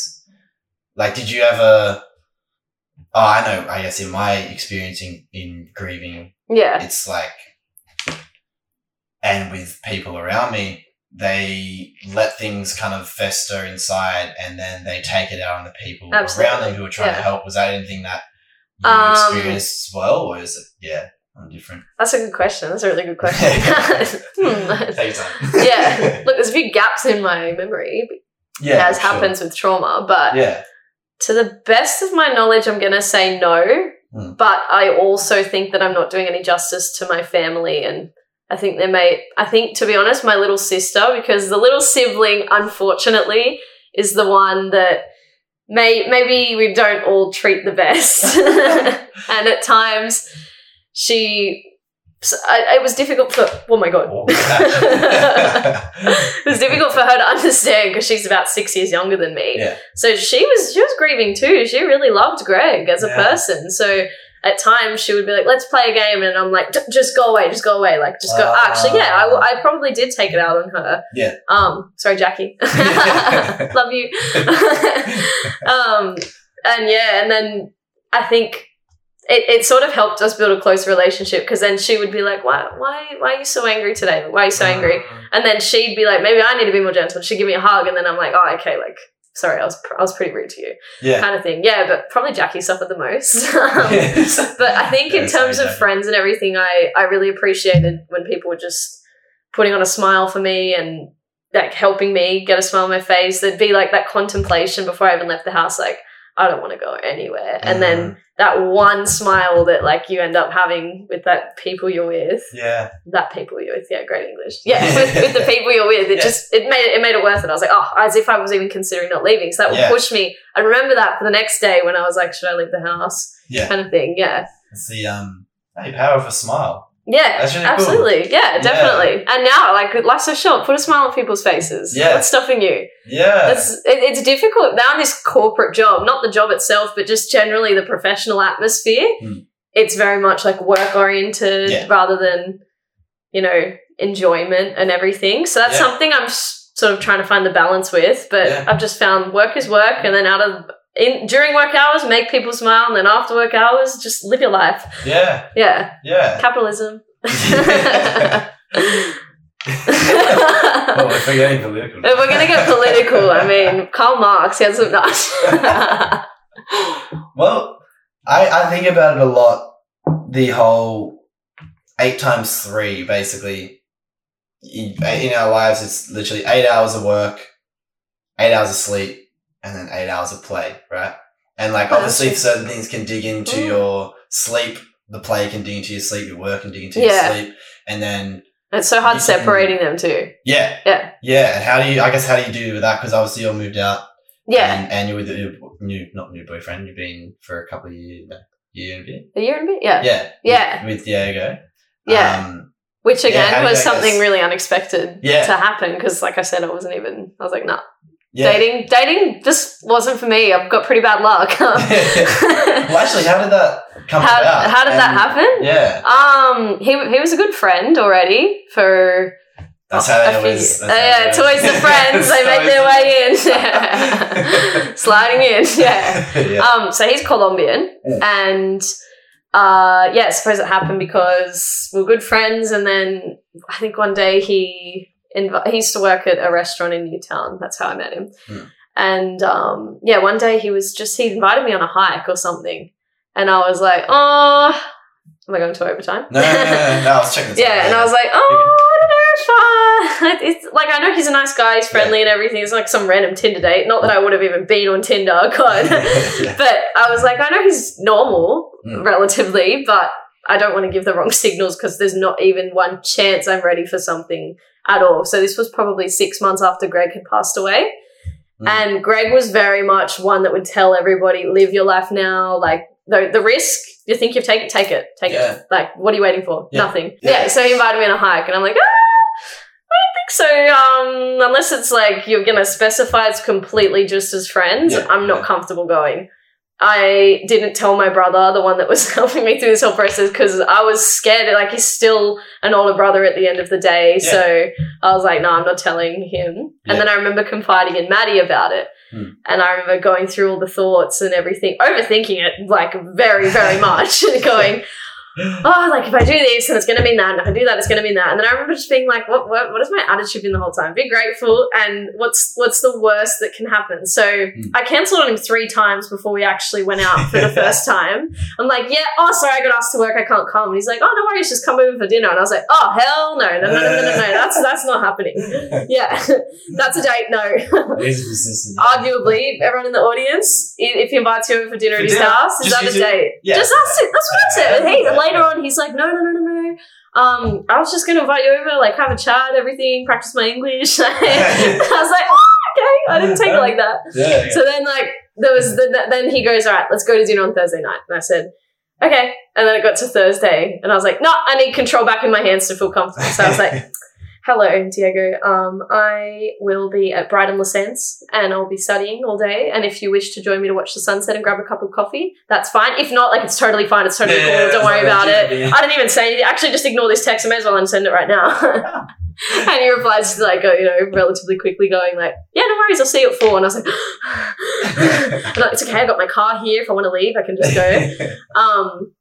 Speaker 1: like, did you ever, oh, I know, I guess in my experience in, in grieving,
Speaker 2: yeah
Speaker 1: it's like and with people around me they let things kind of fester inside and then they take it out on the people around
Speaker 2: Absolutely,
Speaker 1: them who are trying
Speaker 2: yeah.
Speaker 1: to help was that anything that you
Speaker 2: Um,
Speaker 1: experienced as well or is it yeah i'm different
Speaker 2: That's a good question. That's a really good question. Hmm.
Speaker 1: Take your time.
Speaker 2: yeah. Look, there's a few gaps in my memory,
Speaker 1: yeah
Speaker 2: as
Speaker 1: sure.
Speaker 2: happens with trauma. But
Speaker 1: yeah
Speaker 2: to the best of my knowledge, I'm going to say no.
Speaker 1: Hmm.
Speaker 2: But I also think that I'm not doing any justice to my family. And I think they may, I think, to be honest, my little sister, because the little sibling, unfortunately, is the one that may, maybe we don't all treat the best. and at times, she. so I, it was difficult for. Oh my god!
Speaker 1: Walk back.
Speaker 2: it was difficult for her to understand because she's about six years younger than me.
Speaker 1: Yeah.
Speaker 2: So she was she was grieving too. She really loved Greg as a
Speaker 1: Yeah.
Speaker 2: person. So at times she would be like, "Let's play a game," and I'm like, "Ju- "Just go away, just go away." Like, just go.
Speaker 1: Ah.
Speaker 2: Actually, yeah, I, w- I probably did take it out on her.
Speaker 1: Yeah.
Speaker 2: Um. Sorry, Jackie. Love you. um. And yeah, and then I think. It, it sort of helped us build a close relationship because then she would be like, why, why, why are you so angry today? Why are you so
Speaker 1: Ah.
Speaker 2: angry? And then she'd be like, maybe I need to be more gentle. She'd give me a hug, and then I'm like, oh, okay, like, sorry, I was I was pretty rude to you,
Speaker 1: yeah
Speaker 2: kind of thing. Yeah, but probably Jackie suffered the most. Um,
Speaker 1: Yes.
Speaker 2: but I think in
Speaker 1: Yeah, sorry,
Speaker 2: terms of
Speaker 1: Jackie.
Speaker 2: friends and everything, I I really appreciated when people were just putting on a smile for me and like helping me get a smile on my face. There'd be like that contemplation before I even left the house, like. I don't want to go anywhere. And
Speaker 1: Uh-huh.
Speaker 2: then that one smile that like you end up having with that people you're with
Speaker 1: yeah
Speaker 2: that people you're with. Yeah, great English. Yeah, with, with the people you're with, it
Speaker 1: Yeah.
Speaker 2: just it made it, it made it worth it. I was like, oh, as if I was even considering not leaving. So that would
Speaker 1: Yeah.
Speaker 2: push me. I remember that for the next day when I was like, should I leave the house?
Speaker 1: yeah
Speaker 2: Kind of thing. Yeah,
Speaker 1: It's the um Hey, power of a smile.
Speaker 2: Yeah,
Speaker 1: That's really cool.
Speaker 2: absolutely. Yeah,
Speaker 1: Yeah.
Speaker 2: definitely. And now, like, life's so short. Put a smile on people's faces.
Speaker 1: Yeah.
Speaker 2: What's stopping you?
Speaker 1: Yeah.
Speaker 2: That's, it, it's difficult now in this corporate job, not the job itself, but just generally the professional atmosphere.
Speaker 1: Hmm.
Speaker 2: It's very much like work oriented
Speaker 1: Yeah.
Speaker 2: rather than, you know, enjoyment and everything. So that's
Speaker 1: Yeah.
Speaker 2: something I'm s- sort of trying to find the balance with. But
Speaker 1: Yeah.
Speaker 2: I've just found work is work, and then out of in during work hours, make people smile, and then after work hours, just live your life.
Speaker 1: yeah.
Speaker 2: Yeah,
Speaker 1: Yeah.
Speaker 2: capitalism.
Speaker 1: well,
Speaker 2: if
Speaker 1: if we're getting political.
Speaker 2: we're gonna get political, I mean, Karl Marx he had some that.
Speaker 1: Well, I, I think about it a lot. The whole eight times three, basically, in in our lives, it's literally eight hours of work, eight hours of sleep, and then eight hours of play, right? And like,
Speaker 2: Oh,
Speaker 1: obviously, if
Speaker 2: that's
Speaker 1: certain things can dig into
Speaker 2: Mm.
Speaker 1: your sleep, the play can dig into your sleep, your work can dig into
Speaker 2: Yeah.
Speaker 1: your sleep, and then
Speaker 2: it's so hard separating them too.
Speaker 1: yeah,
Speaker 2: Yeah.
Speaker 1: yeah. And how do you? I guess how do you do with that? Because obviously, you're moved out.
Speaker 2: Yeah,
Speaker 1: And, and you're with your new, not new boyfriend, you've been for a couple of years, no, year and a bit.
Speaker 2: a year and a bit. Yeah, yeah.
Speaker 1: Yeah. With, with Diego.
Speaker 2: Yeah.
Speaker 1: Um,
Speaker 2: Which
Speaker 1: Yeah,
Speaker 2: again
Speaker 1: how did
Speaker 2: was
Speaker 1: that
Speaker 2: something
Speaker 1: guess?
Speaker 2: really unexpected
Speaker 1: Yeah.
Speaker 2: to happen because, like I said, I wasn't even. I was like, nah,
Speaker 1: yeah.
Speaker 2: dating, dating just wasn't for me. I've got pretty bad luck.
Speaker 1: well, actually, how did that come
Speaker 2: how,
Speaker 1: about?
Speaker 2: how did that
Speaker 1: And-
Speaker 2: happen?
Speaker 1: Yeah.
Speaker 2: Um, he he was a good friend already for
Speaker 1: That's how
Speaker 2: a
Speaker 1: it
Speaker 2: few-
Speaker 1: always.
Speaker 2: Uh, yeah, it's always the friends. they make their way in, sliding in. Yeah.
Speaker 1: yeah.
Speaker 2: Um. So he's Colombian,
Speaker 1: Mm.
Speaker 2: and uh, yeah, I suppose it happened because we were good friends, and then I think one day he inv- he used to work at a restaurant in Newtown. That's how I met him.
Speaker 1: Mm.
Speaker 2: And um, yeah, one day he was just he invited me on a hike or something, and I was like, oh, am I going to overtime?
Speaker 1: No, no, no, no, no, I was checking this out.
Speaker 2: Yeah, and I was like, oh, I don't know if I. It's like I know he's a nice guy, he's friendly and everything. It's like some random Tinder date. Not that I would have even been on Tinder, God.
Speaker 1: Yeah.
Speaker 2: but I was like, I know he's normal,
Speaker 1: Mm.
Speaker 2: relatively, but I don't want to give the wrong signals because there's not even one chance I'm ready for something at all. So this was probably six months after Greg had passed away.
Speaker 1: Mm.
Speaker 2: And Greg was very much one that would tell everybody, live your life now. Like the, the risk, you think you've taken, take it, take
Speaker 1: Yeah.
Speaker 2: it. Like, what are you waiting for?
Speaker 1: Yeah.
Speaker 2: Nothing.
Speaker 1: Yeah.
Speaker 2: Yeah. So he invited me on a hike and I'm like, ah, I don't think so. Um, unless it's like you're going to specify it's completely just as friends,
Speaker 1: Yeah.
Speaker 2: I'm not
Speaker 1: Yeah.
Speaker 2: comfortable going. I didn't tell my brother, the one that was helping me through this whole process, because I was scared. Like, he's still an older brother at the end of the day.
Speaker 1: Yeah.
Speaker 2: So I was like, no, I'm not telling him. And
Speaker 1: Yeah.
Speaker 2: then I remember confiding in Maddie about it.
Speaker 1: Hmm.
Speaker 2: And I remember going through all the thoughts and everything, overthinking it, like, very, very much, and going, oh, like, if I do this, then it's going to mean that. And if I do that, it's going to mean that. And then I remember just being like, what, what, what has my attitude been the whole time? Be grateful. And what's, what's the worst that can happen? So
Speaker 1: Hmm.
Speaker 2: I cancelled on him three times before we actually went out for the first time. I'm like, yeah, oh, sorry, I got asked to work. I can't come. And he's like, oh, no worries, just come over for dinner. And I was like, oh, hell no, no, no, no, no, no, no. That's, that's not happening. Yeah, that's a date, no.
Speaker 1: He's persistent.
Speaker 2: Arguably, everyone in the audience, i- if he invites you over for dinner
Speaker 1: For
Speaker 2: at his
Speaker 1: dinner?
Speaker 2: house, is
Speaker 1: Just
Speaker 2: that a
Speaker 1: use it.
Speaker 2: date?
Speaker 1: Yeah.
Speaker 2: Just that's it. That's what I said. And
Speaker 1: Yeah.
Speaker 2: hey, later on, he's like, no, no, no, no, no. Um, I was just gonna invite you over, like have a chat, everything, practice my English. I was like, oh, okay, I didn't take it like that.
Speaker 1: Yeah. yeah.
Speaker 2: So then, like, there was the, the- then he goes, all right, let's go to dinner on Thursday night, and I said. Okay, and then it got to Thursday, and I was like, "No, I need control back in my hands to feel comfortable." So I was like, Hello, Diego. Um, I will be at Brighton Licence and I'll be studying all day. And if you wish to join me to watch the sunset and grab a cup of coffee, that's fine. If not, like it's totally fine. It's totally
Speaker 1: Yeah,
Speaker 2: cool.
Speaker 1: yeah,
Speaker 2: Don't
Speaker 1: it's
Speaker 2: worry
Speaker 1: not
Speaker 2: about
Speaker 1: urgent,
Speaker 2: it.
Speaker 1: yeah.
Speaker 2: I didn't even say anything. Actually, just ignore this text. I may as well unsend it right now. and he replies like, uh, you know, relatively quickly, going like, "Yeah, no worries. I'll see you at four. And I was like, I'm like, "It's okay. I got my car here. If I want to leave, I can just go." um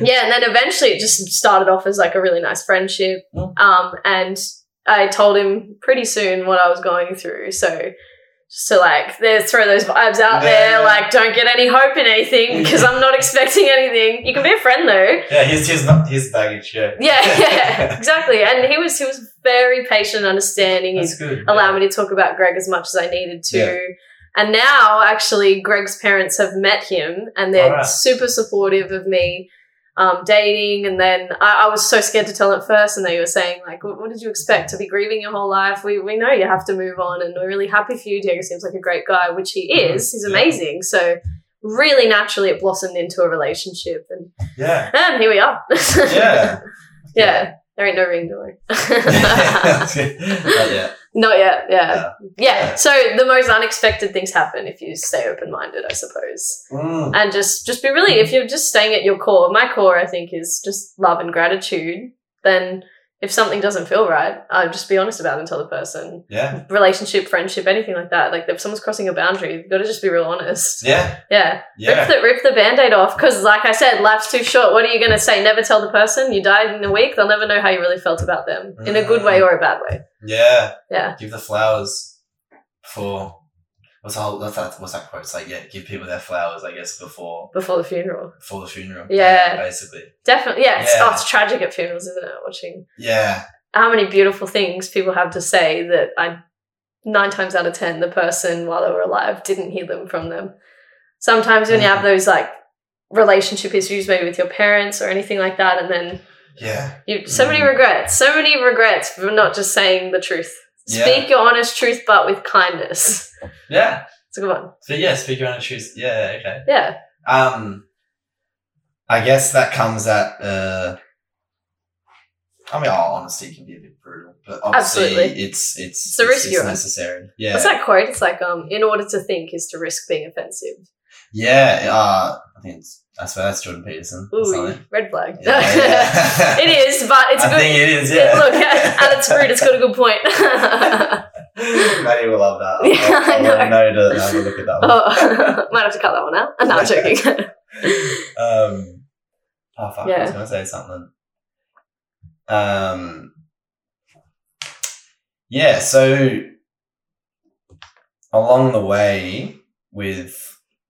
Speaker 2: yeah and then eventually it just started off as like a really nice friendship
Speaker 1: Mm.
Speaker 2: um and i told him pretty soon what i was going through so just to like there throw those vibes out
Speaker 1: Yeah,
Speaker 2: there
Speaker 1: yeah.
Speaker 2: like don't get any hope in anything because i'm not expecting anything you can be a friend though
Speaker 1: yeah, he's, he's not his baggage. Yeah.
Speaker 2: yeah yeah exactly and he was he was very patient and understanding he's
Speaker 1: That's good.
Speaker 2: allow me to talk about Greg as much as I needed to.
Speaker 1: Yeah.
Speaker 2: And now, actually, Greg's parents have met him and they're
Speaker 1: Alright.
Speaker 2: super supportive of me um, dating. And then I, I was so scared to tell them at first, and they were saying, like, what, what did you expect to be grieving your whole life? We, we know you have to move on, and we're really happy for you. Diego seems like a great guy, which he
Speaker 1: Mhm.
Speaker 2: is. He's
Speaker 1: Yeah.
Speaker 2: amazing. So really naturally it blossomed into a relationship and,
Speaker 1: Yeah.
Speaker 2: and here we are.
Speaker 1: Yeah.
Speaker 2: yeah. There ain't no ring doing.
Speaker 1: Not yet.
Speaker 2: Not yet, yeah.
Speaker 1: Yeah.
Speaker 2: yeah.
Speaker 1: Yeah.
Speaker 2: So the most unexpected things happen if you stay open minded, I suppose.
Speaker 1: Mm.
Speaker 2: And just just be really if you're just staying at your core, my core I think is just love and gratitude, then if something doesn't feel right, I'll just be honest about it and tell the person.
Speaker 1: Yeah.
Speaker 2: Relationship, friendship, anything like that. Like if someone's crossing a boundary, you've got to just be real honest.
Speaker 1: Yeah.
Speaker 2: Yeah. Rip
Speaker 1: Yeah.
Speaker 2: the rip the band-aid off because like I said, life's too short. What are you gonna say? Never tell the person you died in a week, they'll never know how you really felt about them. In a
Speaker 1: Mm.
Speaker 2: good way or a bad way.
Speaker 1: Yeah.
Speaker 2: Yeah.
Speaker 1: Give the flowers before. What's the whole, what's that, what's that quote? It's like, yeah, give people their flowers, I guess, before
Speaker 2: Before the funeral.
Speaker 1: before the funeral.
Speaker 2: Yeah.
Speaker 1: Basically.
Speaker 2: Definitely yeah, it's,
Speaker 1: Yeah.
Speaker 2: oh, it's tragic at funerals, isn't it? Watching
Speaker 1: Yeah.
Speaker 2: how many beautiful things people have to say that I nine times out of ten the person while they were alive didn't hear them from them. Sometimes when you
Speaker 1: Mm-hmm.
Speaker 2: have those like relationship issues maybe with your parents or anything like that and then
Speaker 1: Yeah.
Speaker 2: You so many
Speaker 1: Mhm.
Speaker 2: regrets, so many regrets for not just saying the truth.
Speaker 1: Yeah.
Speaker 2: Speak your honest truth, but with kindness.
Speaker 1: Yeah.
Speaker 2: It's a good one.
Speaker 1: So yeah, speak your own truth. Yeah. Okay.
Speaker 2: Yeah,
Speaker 1: Um, I guess that comes at. Uh, I mean, all honesty can be a bit brutal, but obviously
Speaker 2: Absolutely.
Speaker 1: it's it's
Speaker 2: It's a riskier one.
Speaker 1: necessary. Yeah,
Speaker 2: what's that quote? It's like, um, in order to think is to risk being offensive.
Speaker 1: yeah. Uh, I think it's, I swear that's Jordan Peterson. or
Speaker 2: Ooh,
Speaker 1: something.
Speaker 2: red flag.
Speaker 1: Yeah, yeah.
Speaker 2: it is, but it's
Speaker 1: I
Speaker 2: good.
Speaker 1: think it is. Yeah.
Speaker 2: Look, at, at its root, it's got a good point.
Speaker 1: Maddie will love that.
Speaker 2: Yeah, I
Speaker 1: I'll, I'll,
Speaker 2: know.
Speaker 1: I'll know to have a look at that. One.
Speaker 2: oh, might have to cut that one out. No, I'm joking.
Speaker 1: um, oh fuck, I
Speaker 2: Yeah.
Speaker 1: was gonna say something. Um, yeah, so along the way with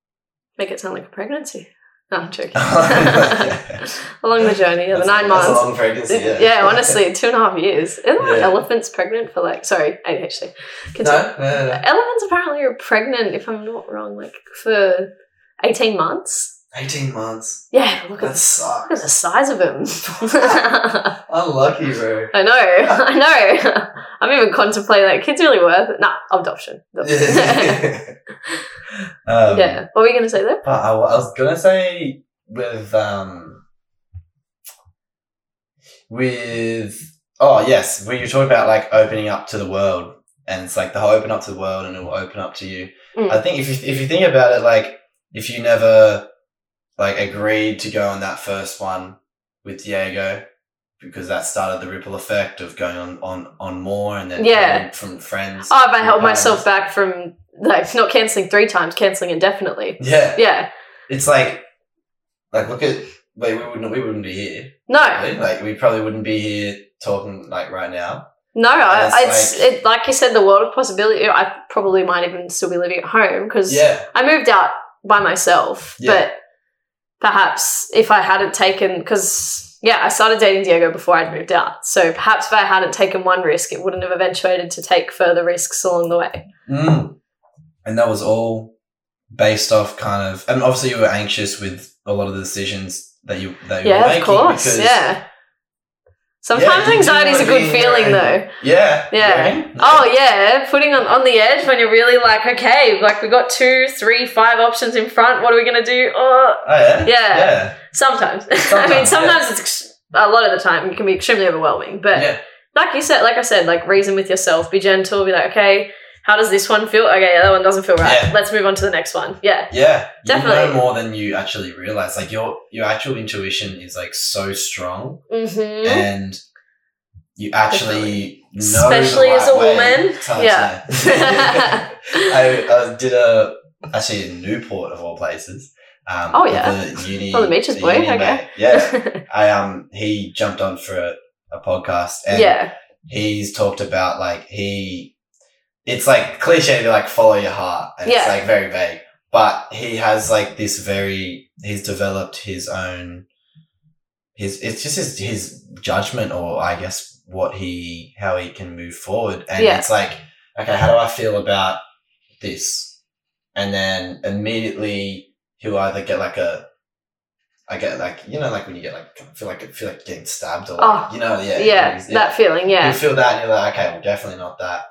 Speaker 2: Make it sound like a pregnancy. No, I'm joking.
Speaker 1: That's-
Speaker 2: Along the journey, yeah, the nine
Speaker 1: that's a
Speaker 2: months.
Speaker 1: long pregnancy, yeah.
Speaker 2: Yeah. honestly, two and a half years. Isn't like
Speaker 1: Yeah.
Speaker 2: elephants pregnant for like, sorry, ADHD.
Speaker 1: No,
Speaker 2: Continue.
Speaker 1: no, no, no.
Speaker 2: Elephants apparently are pregnant, if I'm not wrong, like for 18 months.
Speaker 1: Eighteen months.
Speaker 2: Yeah, look at,
Speaker 1: That
Speaker 2: look at
Speaker 1: sucks.
Speaker 2: the size of them.
Speaker 1: Unlucky, bro.
Speaker 2: I know, I know. I'm even contemplating like, kids really worth it. Nah, adoption. adoption. yeah.
Speaker 1: Yeah. um,
Speaker 2: What were you going to say there?
Speaker 1: Uh, I wa- I was gonna say with um with oh yes, when you talk about like opening up to the world, and it's like the whole open up to the world, and it will open up to you.
Speaker 2: Mm.
Speaker 1: I think if you if you think about it, like if you never like agreed to go on that first one with Diego, because that started the ripple effect of going on on on more, and then
Speaker 2: Yeah.
Speaker 1: from, from friends.
Speaker 2: Oh, if I
Speaker 1: from
Speaker 2: held
Speaker 1: partners.
Speaker 2: myself back from like not cancelling three times, cancelling indefinitely.
Speaker 1: Yeah,
Speaker 2: Yeah.
Speaker 1: it's like like look at wait we wouldn't we wouldn't be here.
Speaker 2: No,
Speaker 1: Really? Like we probably wouldn't be here talking like right now.
Speaker 2: No, I,
Speaker 1: And it's
Speaker 2: it's it, like you said, the world of possibility. I probably might even still be living at home because
Speaker 1: Yeah.
Speaker 2: I moved out by myself.
Speaker 1: Yeah.
Speaker 2: But perhaps if I hadn't taken, because yeah, I started dating Diego before I'd moved out. So perhaps if I hadn't taken one risk, it wouldn't have eventuated to take further risks along the way.
Speaker 1: Mm. And that was all based off kind of and obviously you were anxious with a lot of the decisions that you that you were
Speaker 2: Yeah,
Speaker 1: making
Speaker 2: of course.
Speaker 1: because
Speaker 2: Yeah. Sometimes
Speaker 1: you do
Speaker 2: anxiety's
Speaker 1: wanna
Speaker 2: a good
Speaker 1: be in your
Speaker 2: feeling,
Speaker 1: own-
Speaker 2: though.
Speaker 1: Yeah.
Speaker 2: Yeah.
Speaker 1: you reckon?
Speaker 2: Oh yeah, putting on on the edge when you're really like, okay, like we got two, three, five options in front. What are we gonna do? Oh,
Speaker 1: Oh yeah.
Speaker 2: Yeah.
Speaker 1: Yeah.
Speaker 2: Sometimes. I mean,
Speaker 1: Sometimes,
Speaker 2: sometimes it's ex- a lot of the time it can be extremely overwhelming. But
Speaker 1: yeah.
Speaker 2: like you said, like I said, like reason with yourself, be gentle, be like, okay, how does this one feel? Okay, yeah, that one doesn't feel right.
Speaker 1: Yeah.
Speaker 2: Let's move on to the next one. Yeah.
Speaker 1: Yeah. You
Speaker 2: Definitely.
Speaker 1: know more than you actually realise. Like your your actual intuition is like so strong
Speaker 2: Mm-hmm.
Speaker 1: and you actually know
Speaker 2: Especially
Speaker 1: the right
Speaker 2: as a
Speaker 1: way.
Speaker 2: woman.
Speaker 1: Tell
Speaker 2: Yeah.
Speaker 1: us, I, I did a actually in Newport of all places. Um,
Speaker 2: Oh, yeah.
Speaker 1: with the uni,
Speaker 2: Oh, the Meacher's boy,
Speaker 1: uni
Speaker 2: okay.
Speaker 1: mate. Yeah, I um he jumped on for a, a podcast and
Speaker 2: yeah.
Speaker 1: he's talked about like he it's like cliche to like follow your heart and it's
Speaker 2: Yeah.
Speaker 1: like very vague but he has like this very he's developed his own his it's just his his judgment or i guess what he how he can move forward and
Speaker 2: Yeah.
Speaker 1: it's like okay how do i feel about this and then immediately he'll either get like a I get like you know like when you get like feel like feel like getting stabbed or
Speaker 2: Oh.
Speaker 1: you know yeah
Speaker 2: Yeah. That feeling.
Speaker 1: you
Speaker 2: Yeah.
Speaker 1: feel that and you're like, okay, well, definitely not that.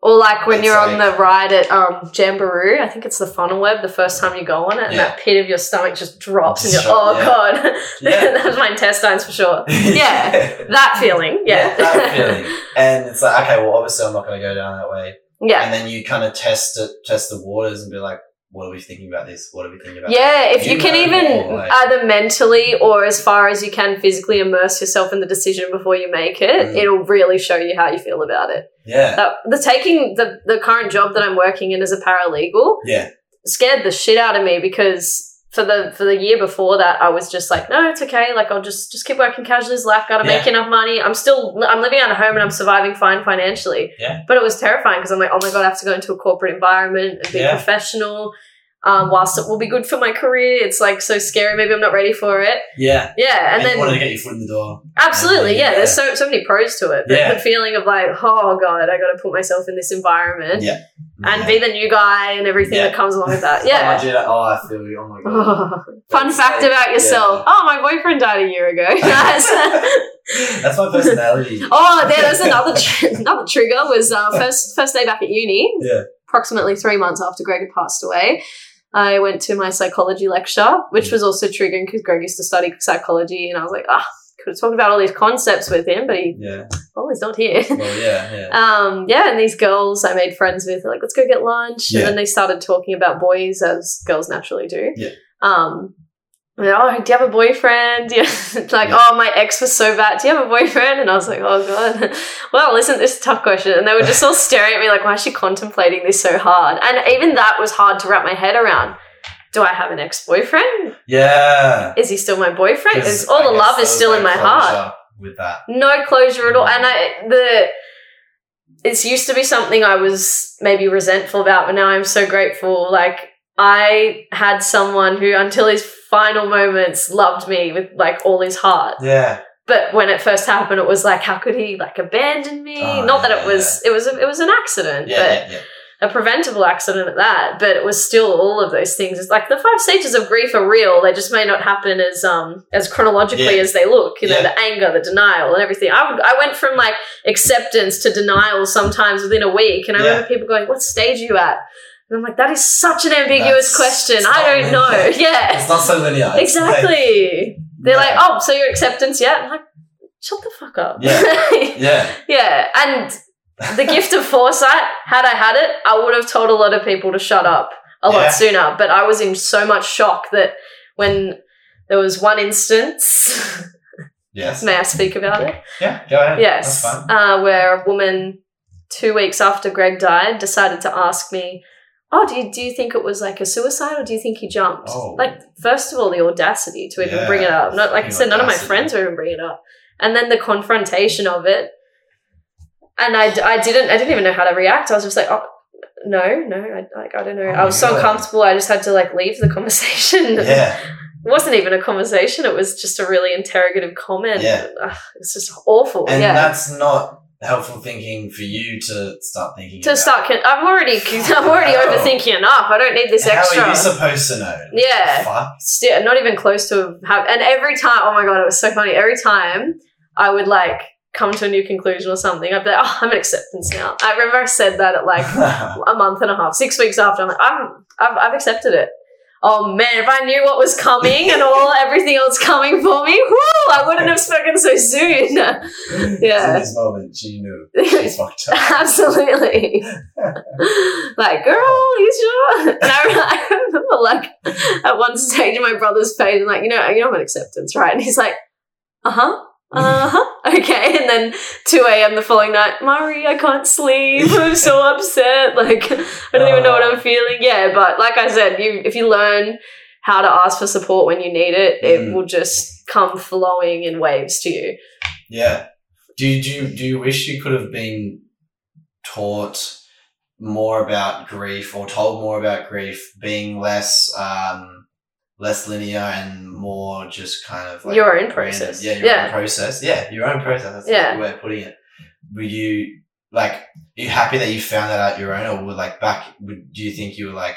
Speaker 2: Or like when
Speaker 1: It's
Speaker 2: you're on
Speaker 1: like-
Speaker 2: the ride at um, Jamboree, I think it's the funnel web, the first time you go on it, and
Speaker 1: Yeah.
Speaker 2: that pit of your stomach just drops, and you're,
Speaker 1: Just shut-
Speaker 2: oh
Speaker 1: yeah.
Speaker 2: god,
Speaker 1: Yeah.
Speaker 2: that was my intestines for sure. Yeah,
Speaker 1: yeah.
Speaker 2: that feeling, yeah,
Speaker 1: That feeling. And it's like, okay, well, obviously I'm not going to go down that way.
Speaker 2: yeah,
Speaker 1: And then you kind of test it, test the waters and be like, what are we thinking about this? What are we thinking about
Speaker 2: yeah. If you,
Speaker 1: You
Speaker 2: can
Speaker 1: know
Speaker 2: even
Speaker 1: more, like-
Speaker 2: either mentally or as far as you can physically immerse yourself in the decision before you make it,
Speaker 1: Mm.
Speaker 2: it'll really show you how you feel about it.
Speaker 1: Yeah.
Speaker 2: That, the taking the the current job that I'm working in as a paralegal,
Speaker 1: Yeah.
Speaker 2: scared the shit out of me because for the for the year before that I was just like no it's okay like I'll just just keep working casually as life gotta make enough money I'm still I'm living out of home and I'm surviving fine financially
Speaker 1: Yeah.
Speaker 2: but it was terrifying because I'm like oh my god I have to go into a corporate environment and be
Speaker 1: Yeah.
Speaker 2: professional um, whilst it will be good for my career it's like so scary maybe I'm not ready for it
Speaker 1: Yeah.
Speaker 2: yeah and,
Speaker 1: you
Speaker 2: then
Speaker 1: wanted to get your foot in the door.
Speaker 2: absolutely
Speaker 1: Yeah.
Speaker 2: yeah, there's so so many pros to it but
Speaker 1: Yeah.
Speaker 2: the feeling of like oh god I gotta put myself in this environment
Speaker 1: Yeah.
Speaker 2: and
Speaker 1: Yeah.
Speaker 2: be the new guy and everything
Speaker 1: Yeah.
Speaker 2: that comes along with that
Speaker 1: Oh, I
Speaker 2: yeah.
Speaker 1: did it. Oh, I feel you. Oh my god.
Speaker 2: Fun
Speaker 1: That's
Speaker 2: fact
Speaker 1: like-
Speaker 2: about yourself. Oh, my boyfriend died a year ago. Nice.
Speaker 1: That's my personality.
Speaker 2: oh, there was another tr- another trigger was uh, first first day back at uni.
Speaker 1: Yeah.
Speaker 2: Approximately three months after Greg had passed away, I went to my psychology lecture, which was also triggering because Greg used to study psychology, and I was like, ah, could have talked about all these concepts with him, but he
Speaker 1: Yeah.
Speaker 2: well, he's not here.
Speaker 1: Well, yeah, yeah.
Speaker 2: Um, yeah, and these girls I made friends with, like, let's go get lunch.
Speaker 1: Yeah.
Speaker 2: And then they started talking about boys as girls naturally do.
Speaker 1: Yeah.
Speaker 2: Um, and they're, oh, do you have a boyfriend? Yeah. It's like,
Speaker 1: Yeah.
Speaker 2: oh, my ex was so bad. Do you have a boyfriend? And I was like, oh, God. well, listen, this is a tough question. And they were just all staring at me, like, why is she contemplating this so hard? And even that was hard to wrap my head around. Do I have an ex boyfriend?
Speaker 1: Yeah.
Speaker 2: Is he still my boyfriend?
Speaker 1: 'Cause
Speaker 2: Is all
Speaker 1: I
Speaker 2: the
Speaker 1: guess
Speaker 2: love is
Speaker 1: those
Speaker 2: still in my
Speaker 1: don't
Speaker 2: heart
Speaker 1: close up With that.
Speaker 2: no closure at all.
Speaker 1: Mm.
Speaker 2: And I the it's used to be something I was maybe resentful about, but now I'm so grateful. Like I had someone who until his final moments loved me with like all his heart.
Speaker 1: Yeah.
Speaker 2: But when it first happened, it was like, how could he like abandon me?
Speaker 1: Oh,
Speaker 2: Not that
Speaker 1: yeah,
Speaker 2: it was it was a, it was an accident, but
Speaker 1: Yeah, yeah, yeah.
Speaker 2: a preventable accident at that, but it was still all of those things. It's like the five stages of grief are real. They just may not happen as um as chronologically
Speaker 1: Yeah.
Speaker 2: as they look. You know,
Speaker 1: Yeah.
Speaker 2: the anger, the denial, and everything. I would, I went from like acceptance to denial sometimes within a week, and I
Speaker 1: Yeah.
Speaker 2: remember people going, "What stage are you at?" And I'm like, "That is such an ambiguous
Speaker 1: That's-
Speaker 2: question.
Speaker 1: it's
Speaker 2: I
Speaker 1: not
Speaker 2: don't
Speaker 1: linear.
Speaker 2: know."
Speaker 1: It's
Speaker 2: yeah,
Speaker 1: not so linear. It's like-
Speaker 2: exactly. They're like,
Speaker 1: Yeah.
Speaker 2: "Oh, so your acceptance yet?" I'm like, "Shut the fuck up." oh.
Speaker 1: Yeah.
Speaker 2: Yeah, and the gift of foresight, had I had it, I would have told a lot of people to shut up a lot
Speaker 1: Yeah.
Speaker 2: sooner. But I was in so much shock that when there was one instance,
Speaker 1: Yes.
Speaker 2: may I speak about it?
Speaker 1: Yeah. Go ahead.
Speaker 2: Yes,
Speaker 1: That's fine.
Speaker 2: uh, where a woman two weeks after Greg died decided to ask me, "Oh, do you do you think it was like a suicide, or do you think he jumped?"
Speaker 1: Oh.
Speaker 2: Like, first of all, the audacity to even bring it
Speaker 1: Yeah,
Speaker 2: up. Not like I
Speaker 1: fucking
Speaker 2: said, none of my
Speaker 1: audacity.
Speaker 2: friends would even bring it up, and then the confrontation of it. And I, d- I didn't I didn't even know how to react. I was just like, oh. No, no, I, like I don't know.
Speaker 1: Oh
Speaker 2: I was
Speaker 1: my
Speaker 2: so
Speaker 1: God.
Speaker 2: uncomfortable. I just had to like leave the conversation.
Speaker 1: Yeah.
Speaker 2: It wasn't even a conversation. It was just a really interrogative comment.
Speaker 1: Yeah.
Speaker 2: Ugh, it's just awful.
Speaker 1: And
Speaker 2: yeah.
Speaker 1: that's not helpful thinking for you to start thinking.
Speaker 2: to
Speaker 1: about.
Speaker 2: start. Con- I'm already, I'm already
Speaker 1: Wow.
Speaker 2: overthinking enough. I don't need this
Speaker 1: How
Speaker 2: extra.
Speaker 1: are you supposed to know?
Speaker 2: Yeah.
Speaker 1: Fuck.
Speaker 2: Still, not even close to have. And every time, oh my god, it was so funny. Every time I would like come to a new conclusion or something, I'd be like, oh, I'm in acceptance now. I remember I said that at like a month and a half, six weeks after. I'm like, I'm, I've, I've accepted it. Oh man, if I knew what was coming and all everything else coming for me, whoo, I wouldn't have spoken so soon. Yeah.
Speaker 1: In this moment, she knew. She fucked up.
Speaker 2: Absolutely. like, girl, you sure? And I, I remember, like, at one stage, my brother's face, and like, you know, you know, I'm an acceptance, right? And he's like, uh huh. Uh huh. Okay. And then 2 a.m. the following night, Mari, I can't sleep. I'm so upset. Like, I don't even know what
Speaker 1: Uh.
Speaker 2: I'm feeling. Yeah. But like I said, you if you learn how to ask for support when you need it, it
Speaker 1: Mm.
Speaker 2: will just come flowing in waves to you.
Speaker 1: Yeah. Do you, do you, do you wish you could have been taught more about grief or told more about grief being less um less linear and more just kind of like
Speaker 2: Your own
Speaker 1: random?
Speaker 2: process.
Speaker 1: Yeah, your
Speaker 2: Yeah.
Speaker 1: own process. Yeah, your own process. That's
Speaker 2: Yeah.
Speaker 1: the way of putting it. Were you like are you happy that you found that out your own or were like back would do you think you were like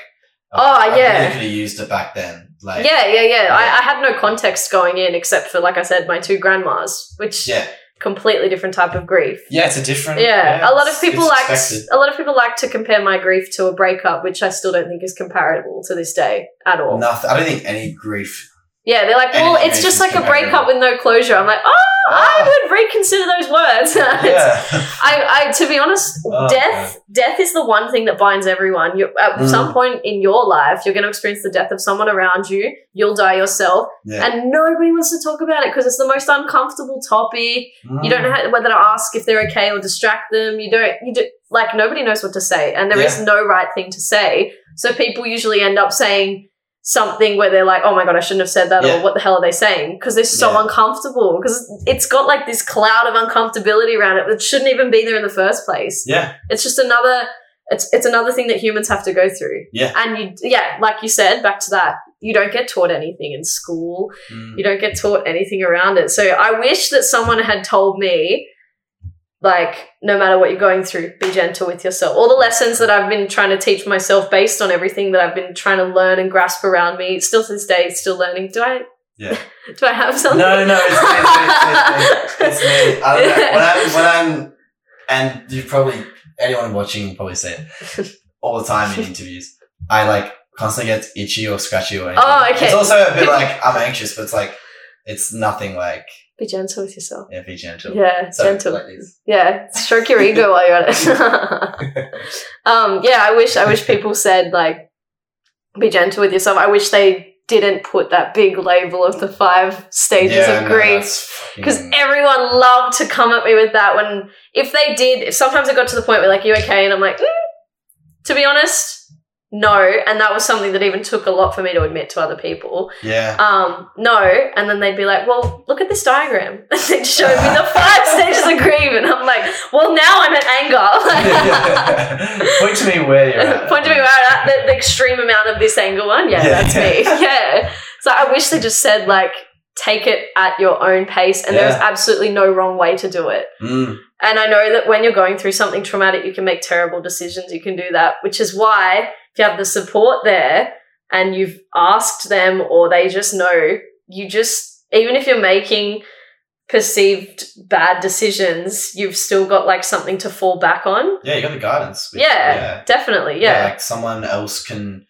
Speaker 2: Oh, yeah.
Speaker 1: could have used it back then. Like
Speaker 2: yeah, yeah, yeah. I,
Speaker 1: Yeah.
Speaker 2: I had no context going in except for, like I said, my two grandmas, which
Speaker 1: Yeah.
Speaker 2: completely different type of grief.
Speaker 1: Yeah, it's a different.
Speaker 2: Yeah, a lot of
Speaker 1: it's-
Speaker 2: people
Speaker 1: it's
Speaker 2: like
Speaker 1: expected.
Speaker 2: a lot of people like to compare my grief to a breakup, which I still don't think is comparable to this day at all.
Speaker 1: Nothing. I don't think any grief.
Speaker 2: Yeah, they're like, well,
Speaker 1: Anything
Speaker 2: it's
Speaker 1: is
Speaker 2: just like a
Speaker 1: comparable.
Speaker 2: breakup with no closure. I'm like, oh,
Speaker 1: Ah.
Speaker 2: I would reconsider those words. It's-
Speaker 1: Yeah.
Speaker 2: I, I, to be honest,
Speaker 1: Oh,
Speaker 2: death, death is the one thing that binds everyone. You, at
Speaker 1: Mm.
Speaker 2: some point in your life, you're going to experience the death of someone around you. You'll die yourself,
Speaker 1: yeah.
Speaker 2: and nobody wants to talk about it because it's the most uncomfortable topic. You
Speaker 1: Mm.
Speaker 2: don't know how, whether to ask if they're okay or distract them. You don't. You do like nobody knows what to say, and there is no right thing to say. So people usually end up saying something where they're like, "Oh my god, I shouldn't have said that,"
Speaker 1: Yeah.
Speaker 2: or "What the hell are they saying?" Because they're so
Speaker 1: Yeah.
Speaker 2: uncomfortable. Because it's got like this cloud of uncomfortability around it that shouldn't even be there in the first place.
Speaker 1: Mm. Yeah.
Speaker 2: It's just another. It's it's another thing that humans have to go through.
Speaker 1: Yeah.
Speaker 2: And you, yeah, like you said, back to that. You don't get taught anything in school
Speaker 1: Mm.
Speaker 2: you don't get taught anything around it. So I wish that someone had told me, like, no matter what you're going through, be gentle with yourself. All the lessons that I've been trying to teach myself based on everything that I've been trying to learn and grasp around me, still to this day, still learning. Do I?
Speaker 1: Yeah.
Speaker 2: do I have
Speaker 1: No,
Speaker 2: something?
Speaker 1: no, no. It's, it's, it's, it's, it's me. I don't know. When I'm, when I'm, and you probably anyone watching will probably say it all the time in interviews. I like constantly get itchy or scratchy or anything.
Speaker 2: Oh, okay.
Speaker 1: It's also a bit like I'm anxious, but it's like it's nothing like
Speaker 2: Be gentle with yourself.
Speaker 1: yeah, be gentle.
Speaker 2: Yeah,
Speaker 1: So,
Speaker 2: gentle.
Speaker 1: Like this.
Speaker 2: Yeah, stroke your ego while you're at it. um, yeah, I wish I wish people said like, be gentle with yourself. I wish they didn't put that big label of the five stages
Speaker 1: Yeah,
Speaker 2: of
Speaker 1: no,
Speaker 2: grief
Speaker 1: that's mm. fucking-
Speaker 2: because everyone loved to come at me with that. When if they did, if sometimes it got to the point where like, you okay? And I'm like, mm, to be honest, no. And that was something that even took a lot for me to admit to other people
Speaker 1: yeah.
Speaker 2: um, no. And then they'd be like, well, look at this diagram. And they'd show me the five stages of grief. And I'm like, well, now I'm at anger.
Speaker 1: Point to me where you're at.
Speaker 2: Point to me where I'm at, the, the extreme amount of this anger one. Yeah,
Speaker 1: Yeah.
Speaker 2: that's me. Yeah. So I wish they just said, like, take it at your own pace. And there's absolutely no wrong way to do it.
Speaker 1: Mm,
Speaker 2: And I know that when you're going through something traumatic, you can make terrible decisions. You can do that, which is why if you have the support there and you've asked them or they just know, you just, even if you're making perceived bad decisions, you've still got like something to fall back on.
Speaker 1: yeah, you got the guidance. which-
Speaker 2: Yeah, definitely. Yeah,
Speaker 1: like someone else can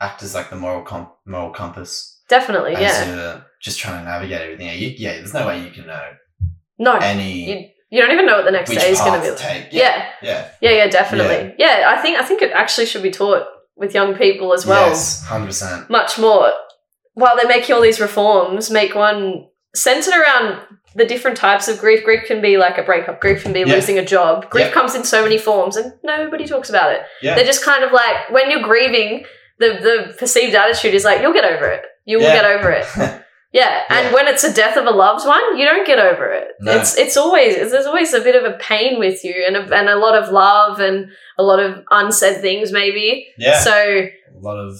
Speaker 1: act as like the moral com- moral compass.
Speaker 2: definitely.
Speaker 1: As
Speaker 2: Yeah.
Speaker 1: you're just trying to navigate everything. Yeah, you- yeah, there's no way you can know
Speaker 2: No,
Speaker 1: any
Speaker 2: you don't even know what the next
Speaker 1: which
Speaker 2: day is going
Speaker 1: path
Speaker 2: to be
Speaker 1: to
Speaker 2: like.
Speaker 1: take.
Speaker 2: yeah.
Speaker 1: yeah,
Speaker 2: Yeah. Yeah. Definitely. Yeah. I think, I think it actually should be taught with young people as well.
Speaker 1: hundred percent.
Speaker 2: much more. While they're making all these reforms, make one centered around the different types of grief. Grief can be like a breakup, grief can be
Speaker 1: Yeah.
Speaker 2: losing a job. Grief
Speaker 1: Yeah.
Speaker 2: comes in so many forms and nobody talks about it.
Speaker 1: Yeah.
Speaker 2: They're just kind of like when you're grieving, the, the perceived attitude is like, you'll get over it. You will
Speaker 1: Yeah.
Speaker 2: get over it. Yeah. And
Speaker 1: Yeah.
Speaker 2: when it's a death of a loved one, you don't get over it.
Speaker 1: No.
Speaker 2: It's it's always there's always a bit of a pain with you and a, and a lot of love and a lot of unsaid things maybe.
Speaker 1: Yeah,
Speaker 2: So
Speaker 1: a lot of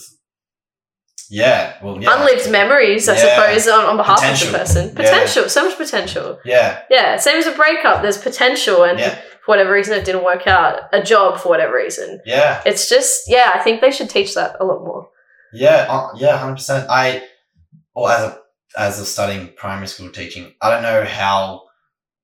Speaker 1: yeah. Well, yeah,
Speaker 2: unlived memories, I
Speaker 1: Yeah.
Speaker 2: suppose, on, on behalf of
Speaker 1: Potential.
Speaker 2: the person.
Speaker 1: Yeah.
Speaker 2: Potential, so much potential.
Speaker 1: yeah,
Speaker 2: Yeah, same as a breakup, there's potential, and
Speaker 1: yeah,
Speaker 2: for whatever reason, it didn't work out. A job, for whatever reason.
Speaker 1: yeah.
Speaker 2: It's just, yeah, I think they should teach that a lot more.
Speaker 1: Yeah, uh, yeah, hundred percent. I, or as a as of studying primary school teaching, I don't know how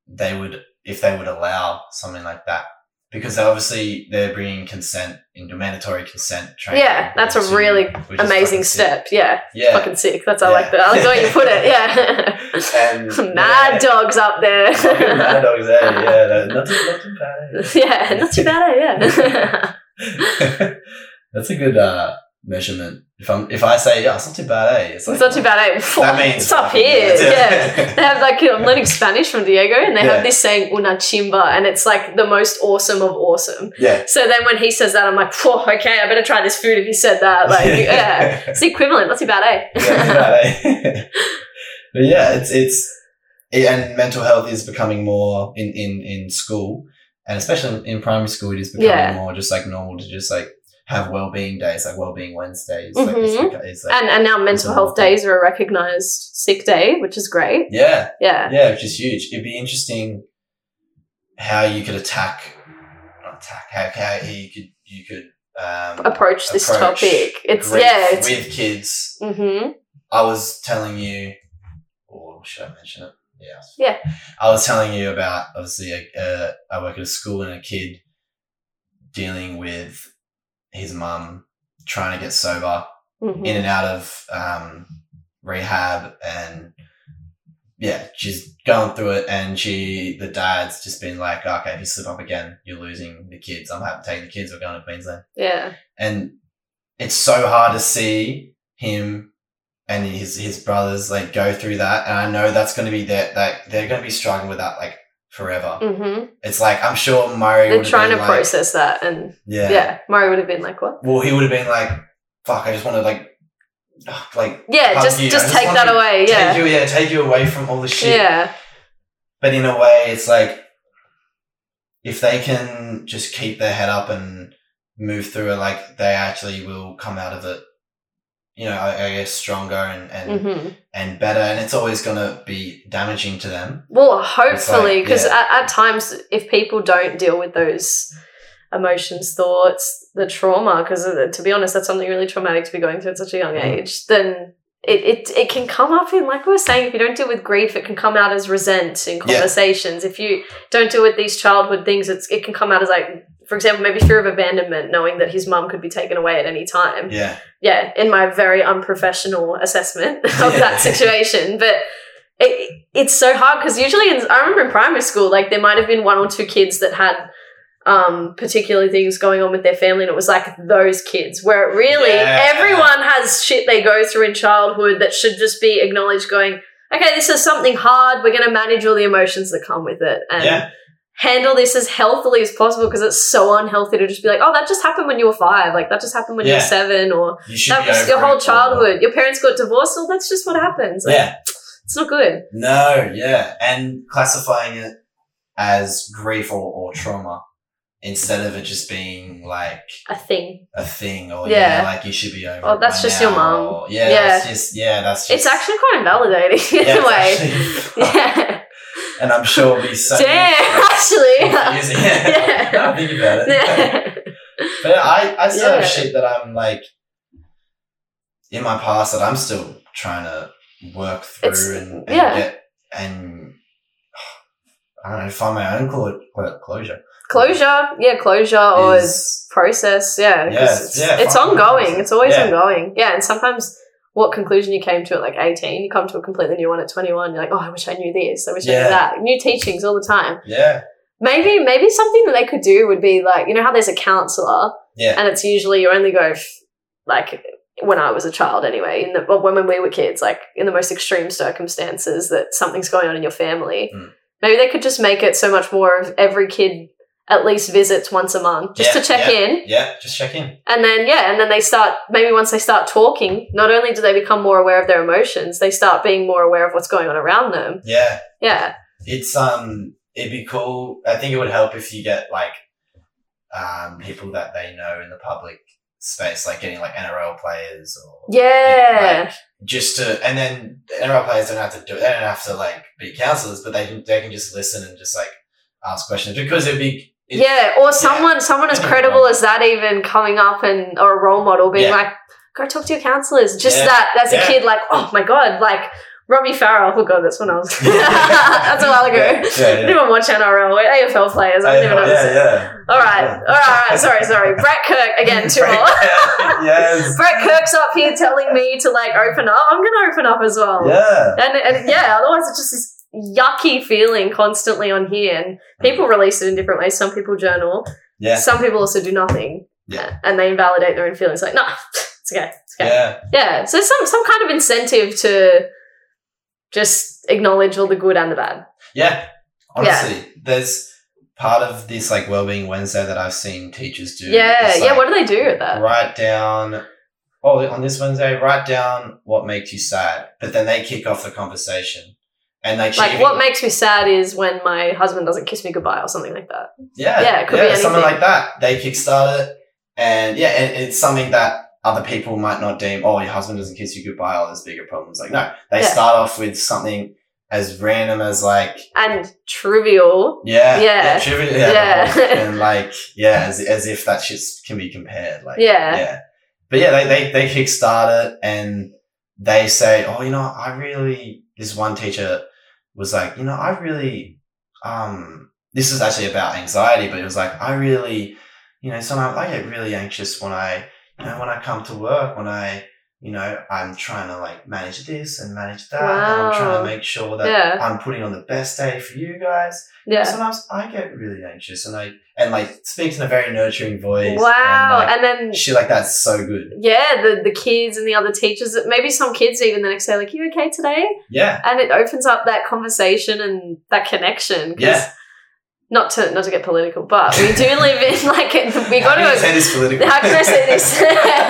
Speaker 1: they would if they would allow something like that because they obviously they're bringing consent into mandatory consent training.
Speaker 2: Yeah, that's a
Speaker 1: into-
Speaker 2: really
Speaker 1: which is
Speaker 2: Amazing
Speaker 1: fucking sick.
Speaker 2: step. Yeah,
Speaker 1: Yeah,
Speaker 2: fucking sick. That's I
Speaker 1: Yeah.
Speaker 2: like that. I like the way you put it. Yeah.
Speaker 1: and
Speaker 2: Mad
Speaker 1: yeah,
Speaker 2: dogs up
Speaker 1: fucking mad
Speaker 2: there.
Speaker 1: dogs. eh? Yeah, that- not too, not too bad. eh?
Speaker 2: yeah, not too bad, eh? yeah.
Speaker 1: that's a good uh, measurement. If I'm if I say yeah, it's not too bad. Eh? It's,
Speaker 2: it's not too bad, eh?
Speaker 1: That means
Speaker 2: it's up
Speaker 1: fucking-
Speaker 2: here. yeah. They
Speaker 1: yeah.
Speaker 2: have like I'm learning Spanish from Diego, and they
Speaker 1: Yeah.
Speaker 2: have this saying "una chimba," and it's like the most awesome of awesome.
Speaker 1: yeah.
Speaker 2: So then when he says that, I'm like, "Whoa, okay, I better try this food." If he said that, like, yeah, it's the equivalent. Not too bad, eh?
Speaker 1: Yeah, right. but yeah, it's it's it, and mental health is becoming more in in in school and especially in primary school, it is becoming
Speaker 2: Yeah.
Speaker 1: more just like normal to just like have well being days, like well being Wednesdays. Like, it's,
Speaker 2: Mhm.
Speaker 1: beca- it's like
Speaker 2: and and now mental health days are a recognized sick day, which is great.
Speaker 1: yeah,
Speaker 2: Yeah,
Speaker 1: yeah, which is huge. It'd be interesting how you could attack, not attack, how how you could you could um,
Speaker 2: approach this
Speaker 1: approach
Speaker 2: topic. It's
Speaker 1: grief
Speaker 2: yeah, it's
Speaker 1: with kids
Speaker 2: hmm
Speaker 1: I was telling you, or should I mention it? Yeah.
Speaker 2: Yeah.
Speaker 1: I was telling you about obviously a, uh, I work at a school and a kid dealing with his mum trying to get sober
Speaker 2: Mhm.
Speaker 1: in and out of um, rehab and yeah, she's going through it and she the dad's just been like, okay, if you slip up again, you're losing the kids. I'm happy to take the kids, we're going to Queensland.
Speaker 2: Yeah.
Speaker 1: And it's so hard to see him and his his brothers like go through that. And I know that's gonna be their that they're gonna be struggling with that like forever.
Speaker 2: hmm
Speaker 1: It's like I'm sure Murray
Speaker 2: They're
Speaker 1: would've
Speaker 2: trying to
Speaker 1: been like-
Speaker 2: process that, and yeah. Murray would have been like, "What?
Speaker 1: Well he would have been like, fuck, I just wanna like ugh, like
Speaker 2: Yeah,
Speaker 1: Fuck
Speaker 2: just
Speaker 1: you, I
Speaker 2: just
Speaker 1: just
Speaker 2: take
Speaker 1: wanna
Speaker 2: that away. Yeah,
Speaker 1: take you yeah, take you away from all the shit.
Speaker 2: yeah,
Speaker 1: But in a way, it's like if they can just keep their head up and move through it, like they actually will come out of it, you know, I, I guess stronger and and,
Speaker 2: hmm
Speaker 1: and better. And it's always gonna be damaging to them.
Speaker 2: Well, hopefully,
Speaker 1: like,
Speaker 2: because
Speaker 1: yeah.
Speaker 2: at, at times, if people don't deal with those emotions, thoughts, the trauma, because to be honest, that's something really traumatic to be going through at such a young
Speaker 1: Mm.
Speaker 2: age, then. It, it, it can come up in like we were saying if you don't deal with grief it can come out as resent in conversations if you don't deal with these childhood things it's, it can come out as like for example maybe fear of abandonment knowing that his mum could be taken away at any time
Speaker 1: Yeah,
Speaker 2: yeah, in my very unprofessional assessment of
Speaker 1: Yeah.
Speaker 2: that situation. But it, it's so hard because usually, in, I remember in primary school, like there might have been one or two kids that had um, particular things going on with their family, and it was like those kids where it really
Speaker 1: Yeah.
Speaker 2: everyone has shit they go through in childhood that should just be acknowledged. Going, okay, this is something hard. We're going to manage all the emotions that come with it, and
Speaker 1: yeah,
Speaker 2: handle this as healthily as possible because it's so unhealthy to just be like, oh, that just happened when you were five, like that just happened when you
Speaker 1: Yeah.
Speaker 2: were seven, or
Speaker 1: you should.
Speaker 2: that
Speaker 1: be
Speaker 2: was
Speaker 1: over
Speaker 2: your
Speaker 1: it
Speaker 2: whole
Speaker 1: or-
Speaker 2: childhood. Your parents got divorced, well, that's just what happens. Like,
Speaker 1: Yeah,
Speaker 2: It's not good.
Speaker 1: no, yeah, and classifying it as grief or, or trauma instead of it just being like
Speaker 2: A thing.
Speaker 1: a thing or yeah,
Speaker 2: Yeah.
Speaker 1: like you should be over.
Speaker 2: Oh,
Speaker 1: it
Speaker 2: that's
Speaker 1: by
Speaker 2: just
Speaker 1: now,
Speaker 2: your mum.
Speaker 1: or- yeah,
Speaker 2: Yeah.
Speaker 1: that's just yeah, that's just
Speaker 2: It's actually quite invalidating in
Speaker 1: yeah,
Speaker 2: a
Speaker 1: it's
Speaker 2: way.
Speaker 1: actually-
Speaker 2: Yeah.
Speaker 1: and I'm sure it'll be so
Speaker 2: Damn, actually.
Speaker 1: confusing. Yeah.
Speaker 2: Yeah.
Speaker 1: Now I think about it.
Speaker 2: Yeah.
Speaker 1: But I, I still have
Speaker 2: Yeah.
Speaker 1: shit that I'm like in my past that I'm still trying to work through
Speaker 2: It's-
Speaker 1: and, and
Speaker 2: yeah.
Speaker 1: get and I don't know, find my own clo- clo- closure.
Speaker 2: Closure. Yeah, closure or
Speaker 1: Is-
Speaker 2: process. Yeah. 'cause
Speaker 1: Yeah,
Speaker 2: it's,
Speaker 1: yeah,
Speaker 2: it's
Speaker 1: fucking
Speaker 2: ongoing.
Speaker 1: process.
Speaker 2: It's always
Speaker 1: Yeah.
Speaker 2: ongoing. Yeah. And sometimes what conclusion you came to at like 18, you come to a completely new one at 21. You're like, oh, I wish I knew this. I wish I
Speaker 1: Yeah.
Speaker 2: knew that. New teachings all the time.
Speaker 1: Yeah.
Speaker 2: Maybe, maybe something that they could do would be like, you know how there's a counselor
Speaker 1: Yeah.
Speaker 2: and it's usually you only go f- like when I was a child anyway in the well, when we were kids like in the most extreme circumstances that something's going on in your family
Speaker 1: Mm.
Speaker 2: maybe they could just make it so much more of every kid at least visits once a month just
Speaker 1: Yeah,
Speaker 2: to check
Speaker 1: yeah.
Speaker 2: in
Speaker 1: yeah, just check in.
Speaker 2: and then yeah and then they start maybe once they start talking not only do they become more aware of their emotions they start being more aware of what's going on around them
Speaker 1: Yeah.
Speaker 2: yeah
Speaker 1: it's um it'd be cool i think it would help if you get like um people that they know in the public space like getting like nrl players or
Speaker 2: yeah
Speaker 1: just to and then the nrl players don't have to do they don't have to like be counselors but they can they can just listen and just like ask questions because it'd be it-
Speaker 2: yeah or someone someone as credible as that even coming up and or a role model being
Speaker 1: Yeah.
Speaker 2: like go talk to your counselors just
Speaker 1: Yeah.
Speaker 2: that as
Speaker 1: Yeah.
Speaker 2: a kid like oh my god like robbie farrell oh god that's when i was that's a while ago
Speaker 1: yeah,
Speaker 2: I
Speaker 1: yeah,
Speaker 2: didn't
Speaker 1: yeah.
Speaker 2: even watch NRL. We're AFL players. I don't even know. what to say.
Speaker 1: yeah.
Speaker 2: All right, all right, all right. Sorry, sorry. Brett Kirk again. Two more.
Speaker 1: yes.
Speaker 2: Brett Kirk's up here telling me to like open up. I'm gonna open up as well.
Speaker 1: Yeah.
Speaker 2: And, and yeah, otherwise it's just this yucky feeling constantly on here. And people release it in different ways. Some people journal.
Speaker 1: Yeah.
Speaker 2: Some people also do nothing. Uh,
Speaker 1: Yeah.
Speaker 2: And they invalidate their own feelings. Like, nah, it's okay. It's okay. Yeah.
Speaker 1: Yeah.
Speaker 2: So some some kind of incentive to just acknowledge all the good and the bad.
Speaker 1: Yeah. Honestly, there's part of this like Wellbeing Wednesday that I've seen teachers do.
Speaker 2: yeah.
Speaker 1: is,
Speaker 2: yeah.
Speaker 1: like,
Speaker 2: What do they do with that?
Speaker 1: write down oh on this Wednesday, write down what makes you sad. But then they kick off the conversation. And they
Speaker 2: Like,
Speaker 1: even-
Speaker 2: what makes me sad is when my husband doesn't kiss me goodbye or something like that.
Speaker 1: yeah,
Speaker 2: yeah, it could be
Speaker 1: something like
Speaker 2: anything.
Speaker 1: that. They kickstart it and yeah, and it's something that other people might not deem, oh, your husband doesn't kiss you goodbye, or there's bigger problems. Like, no, they
Speaker 2: Yeah.
Speaker 1: start off with something as random as like
Speaker 2: And trivial.
Speaker 1: Yeah.
Speaker 2: Yeah.
Speaker 1: trivial, yeah,
Speaker 2: Yeah.
Speaker 1: the whole- and like, yeah, as, as if that shit can be compared. Like,
Speaker 2: Yeah.
Speaker 1: But yeah, they, they, they kickstart it and they say, oh, you know, I really, this one teacher was like, you know, I really, um, this is actually about anxiety, but it was like, I really, you know, sometimes I get really anxious when I, you know, when I come to work, when I, you know, I'm trying to like manage this and manage that. And I'm trying
Speaker 2: Wow.
Speaker 1: to make sure that
Speaker 2: Yeah.
Speaker 1: I'm putting on the best day for you guys.
Speaker 2: Yeah.
Speaker 1: Sometimes I get really anxious and I, and like speaks in a very nurturing voice.
Speaker 2: Wow.
Speaker 1: And, like,
Speaker 2: And then
Speaker 1: shit like that's so good.
Speaker 2: yeah, the the kids and the other teachers, maybe some kids even the next day, like, you okay today?
Speaker 1: Yeah.
Speaker 2: And it opens up that conversation and that connection. 'cause
Speaker 1: Yeah.
Speaker 2: Not to not to get political, but we do live in like we
Speaker 1: How
Speaker 2: got
Speaker 1: can you say
Speaker 2: to.
Speaker 1: this politically?
Speaker 2: How can I say this?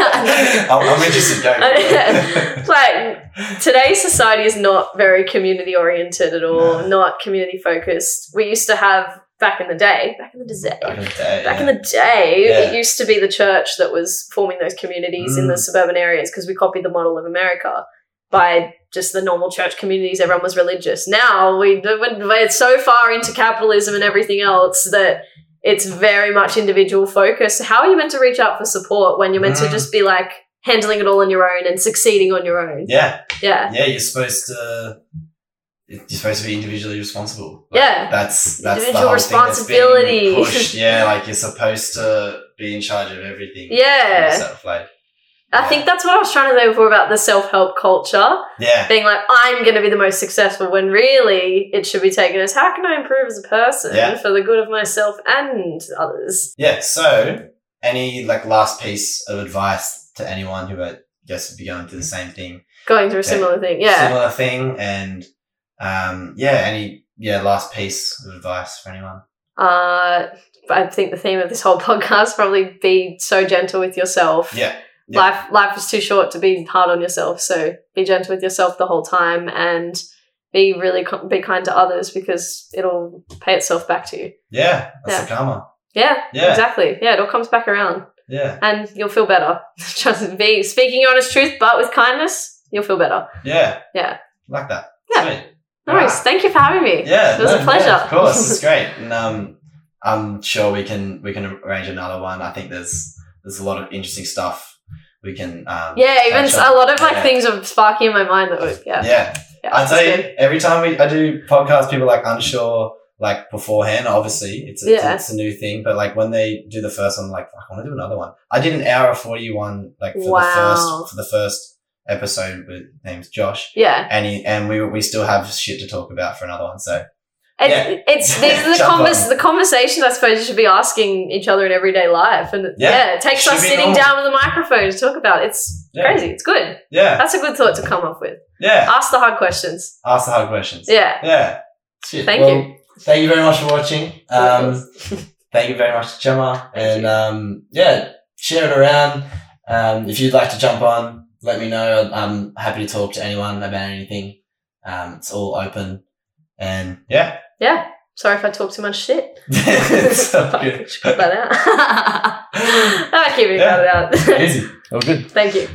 Speaker 1: I'm, I'm interested. Go.
Speaker 2: like today's society is not very community oriented at all,
Speaker 1: No.
Speaker 2: not community focused. We used to have back in the day, back in the day,
Speaker 1: Back in the day.
Speaker 2: back in the day,
Speaker 1: Yeah. Mm.
Speaker 2: it used to be the church that was forming those communities in the suburban areas because we copied the model of America by just the normal church communities. Everyone was religious. Now we we're so far into capitalism and everything else that it's very much individual focused. How are you meant to reach out for support when you're meant to
Speaker 1: Mm.
Speaker 2: just be like handling it all on your own and succeeding on your own?
Speaker 1: yeah.
Speaker 2: Yeah.
Speaker 1: Yeah. You're supposed to. You're supposed to be individually responsible.
Speaker 2: Yeah.
Speaker 1: That's that's the
Speaker 2: Individual
Speaker 1: whole thing that's being
Speaker 2: responsibility.
Speaker 1: pushed. Yeah, like you're supposed to be in charge of everything.
Speaker 2: Yeah.
Speaker 1: Yourself, like,
Speaker 2: I think that's what I was trying to say before about the self help culture.
Speaker 1: yeah.
Speaker 2: being like, I'm going to be the most successful when really it should be taken as how can I improve as a person
Speaker 1: Yeah.
Speaker 2: for the good of myself and others?
Speaker 1: Yeah. So, any like last piece of advice to anyone who I guess would be going through the same thing,
Speaker 2: Going through a
Speaker 1: Yeah.
Speaker 2: similar thing. Yeah.
Speaker 1: similar thing, and um, yeah, any yeah last piece of advice for anyone.
Speaker 2: Uh, I think the theme of this whole podcast probably be so gentle with yourself.
Speaker 1: Yeah. Yeah.
Speaker 2: Life life is too short to be hard on yourself, so be gentle with yourself the whole time and be really co- be kind to others because it'll pay itself back to you.
Speaker 1: Yeah. That's the karma.
Speaker 2: Yeah,
Speaker 1: Yeah.
Speaker 2: exactly. Yeah, it all comes back around.
Speaker 1: Yeah.
Speaker 2: and you'll feel better. Just be speaking your honest truth, but with kindness, you'll feel better.
Speaker 1: Yeah.
Speaker 2: Yeah.
Speaker 1: Like that.
Speaker 2: Yeah.
Speaker 1: Sweet.
Speaker 2: No worries.
Speaker 1: Right.
Speaker 2: Thank you for having me.
Speaker 1: Ah. Yeah,
Speaker 2: It was a pleasure.
Speaker 1: of course, it's great, and um, I'm sure we can we can arrange another one. I think there's there's a lot of interesting stuff we can. Um,
Speaker 2: Yeah, even
Speaker 1: catch
Speaker 2: s-
Speaker 1: up.
Speaker 2: a lot of like
Speaker 1: Yeah.
Speaker 2: things are sparking in my mind that would yeah.
Speaker 1: Yeah,
Speaker 2: yeah,
Speaker 1: I
Speaker 2: it's
Speaker 1: tell you,
Speaker 2: good.
Speaker 1: every time we I do podcasts, people are, like unsure like beforehand. Obviously, it's a,
Speaker 2: Yeah.
Speaker 1: it's a new thing, but like when they do the first one, I'm like "Fuck, I want to do another one. I did an hour forty one like for the
Speaker 2: Wow.
Speaker 1: first for the first episode with name's Josh,
Speaker 2: Yeah,
Speaker 1: and he, and we we still have shit to talk about for another one. So
Speaker 2: it,
Speaker 1: Yeah.
Speaker 2: it's these are the
Speaker 1: Jump
Speaker 2: convers
Speaker 1: on.
Speaker 2: the conversations I suppose you should be asking each other in everyday life, and yeah,
Speaker 1: Yeah.
Speaker 2: it takes
Speaker 1: Should
Speaker 2: us
Speaker 1: be
Speaker 2: sitting
Speaker 1: normal.
Speaker 2: down with a microphone to talk about. it. It's
Speaker 1: Yeah.
Speaker 2: crazy. It's good.
Speaker 1: yeah,
Speaker 2: That's a good thought to come up with.
Speaker 1: yeah.
Speaker 2: Ask the hard questions.
Speaker 1: Ask the hard questions.
Speaker 2: Yeah.
Speaker 1: Yeah. Shit.
Speaker 2: Thank you.
Speaker 1: Thank you very much for watching. Um, thank you very much to Gemma.
Speaker 2: Thank
Speaker 1: and
Speaker 2: you.
Speaker 1: um, yeah, share it around. Um, if you'd like to jump on, let me know. I'm happy to talk to anyone about anything. Um, it's all open. And yeah.
Speaker 2: yeah. Sorry if I talk too much shit.
Speaker 1: it's so
Speaker 2: Fuck,
Speaker 1: good.
Speaker 2: Should cut that out. I keep it
Speaker 1: Yeah.
Speaker 2: cut it out.
Speaker 1: Easy. All good.
Speaker 2: Thank you.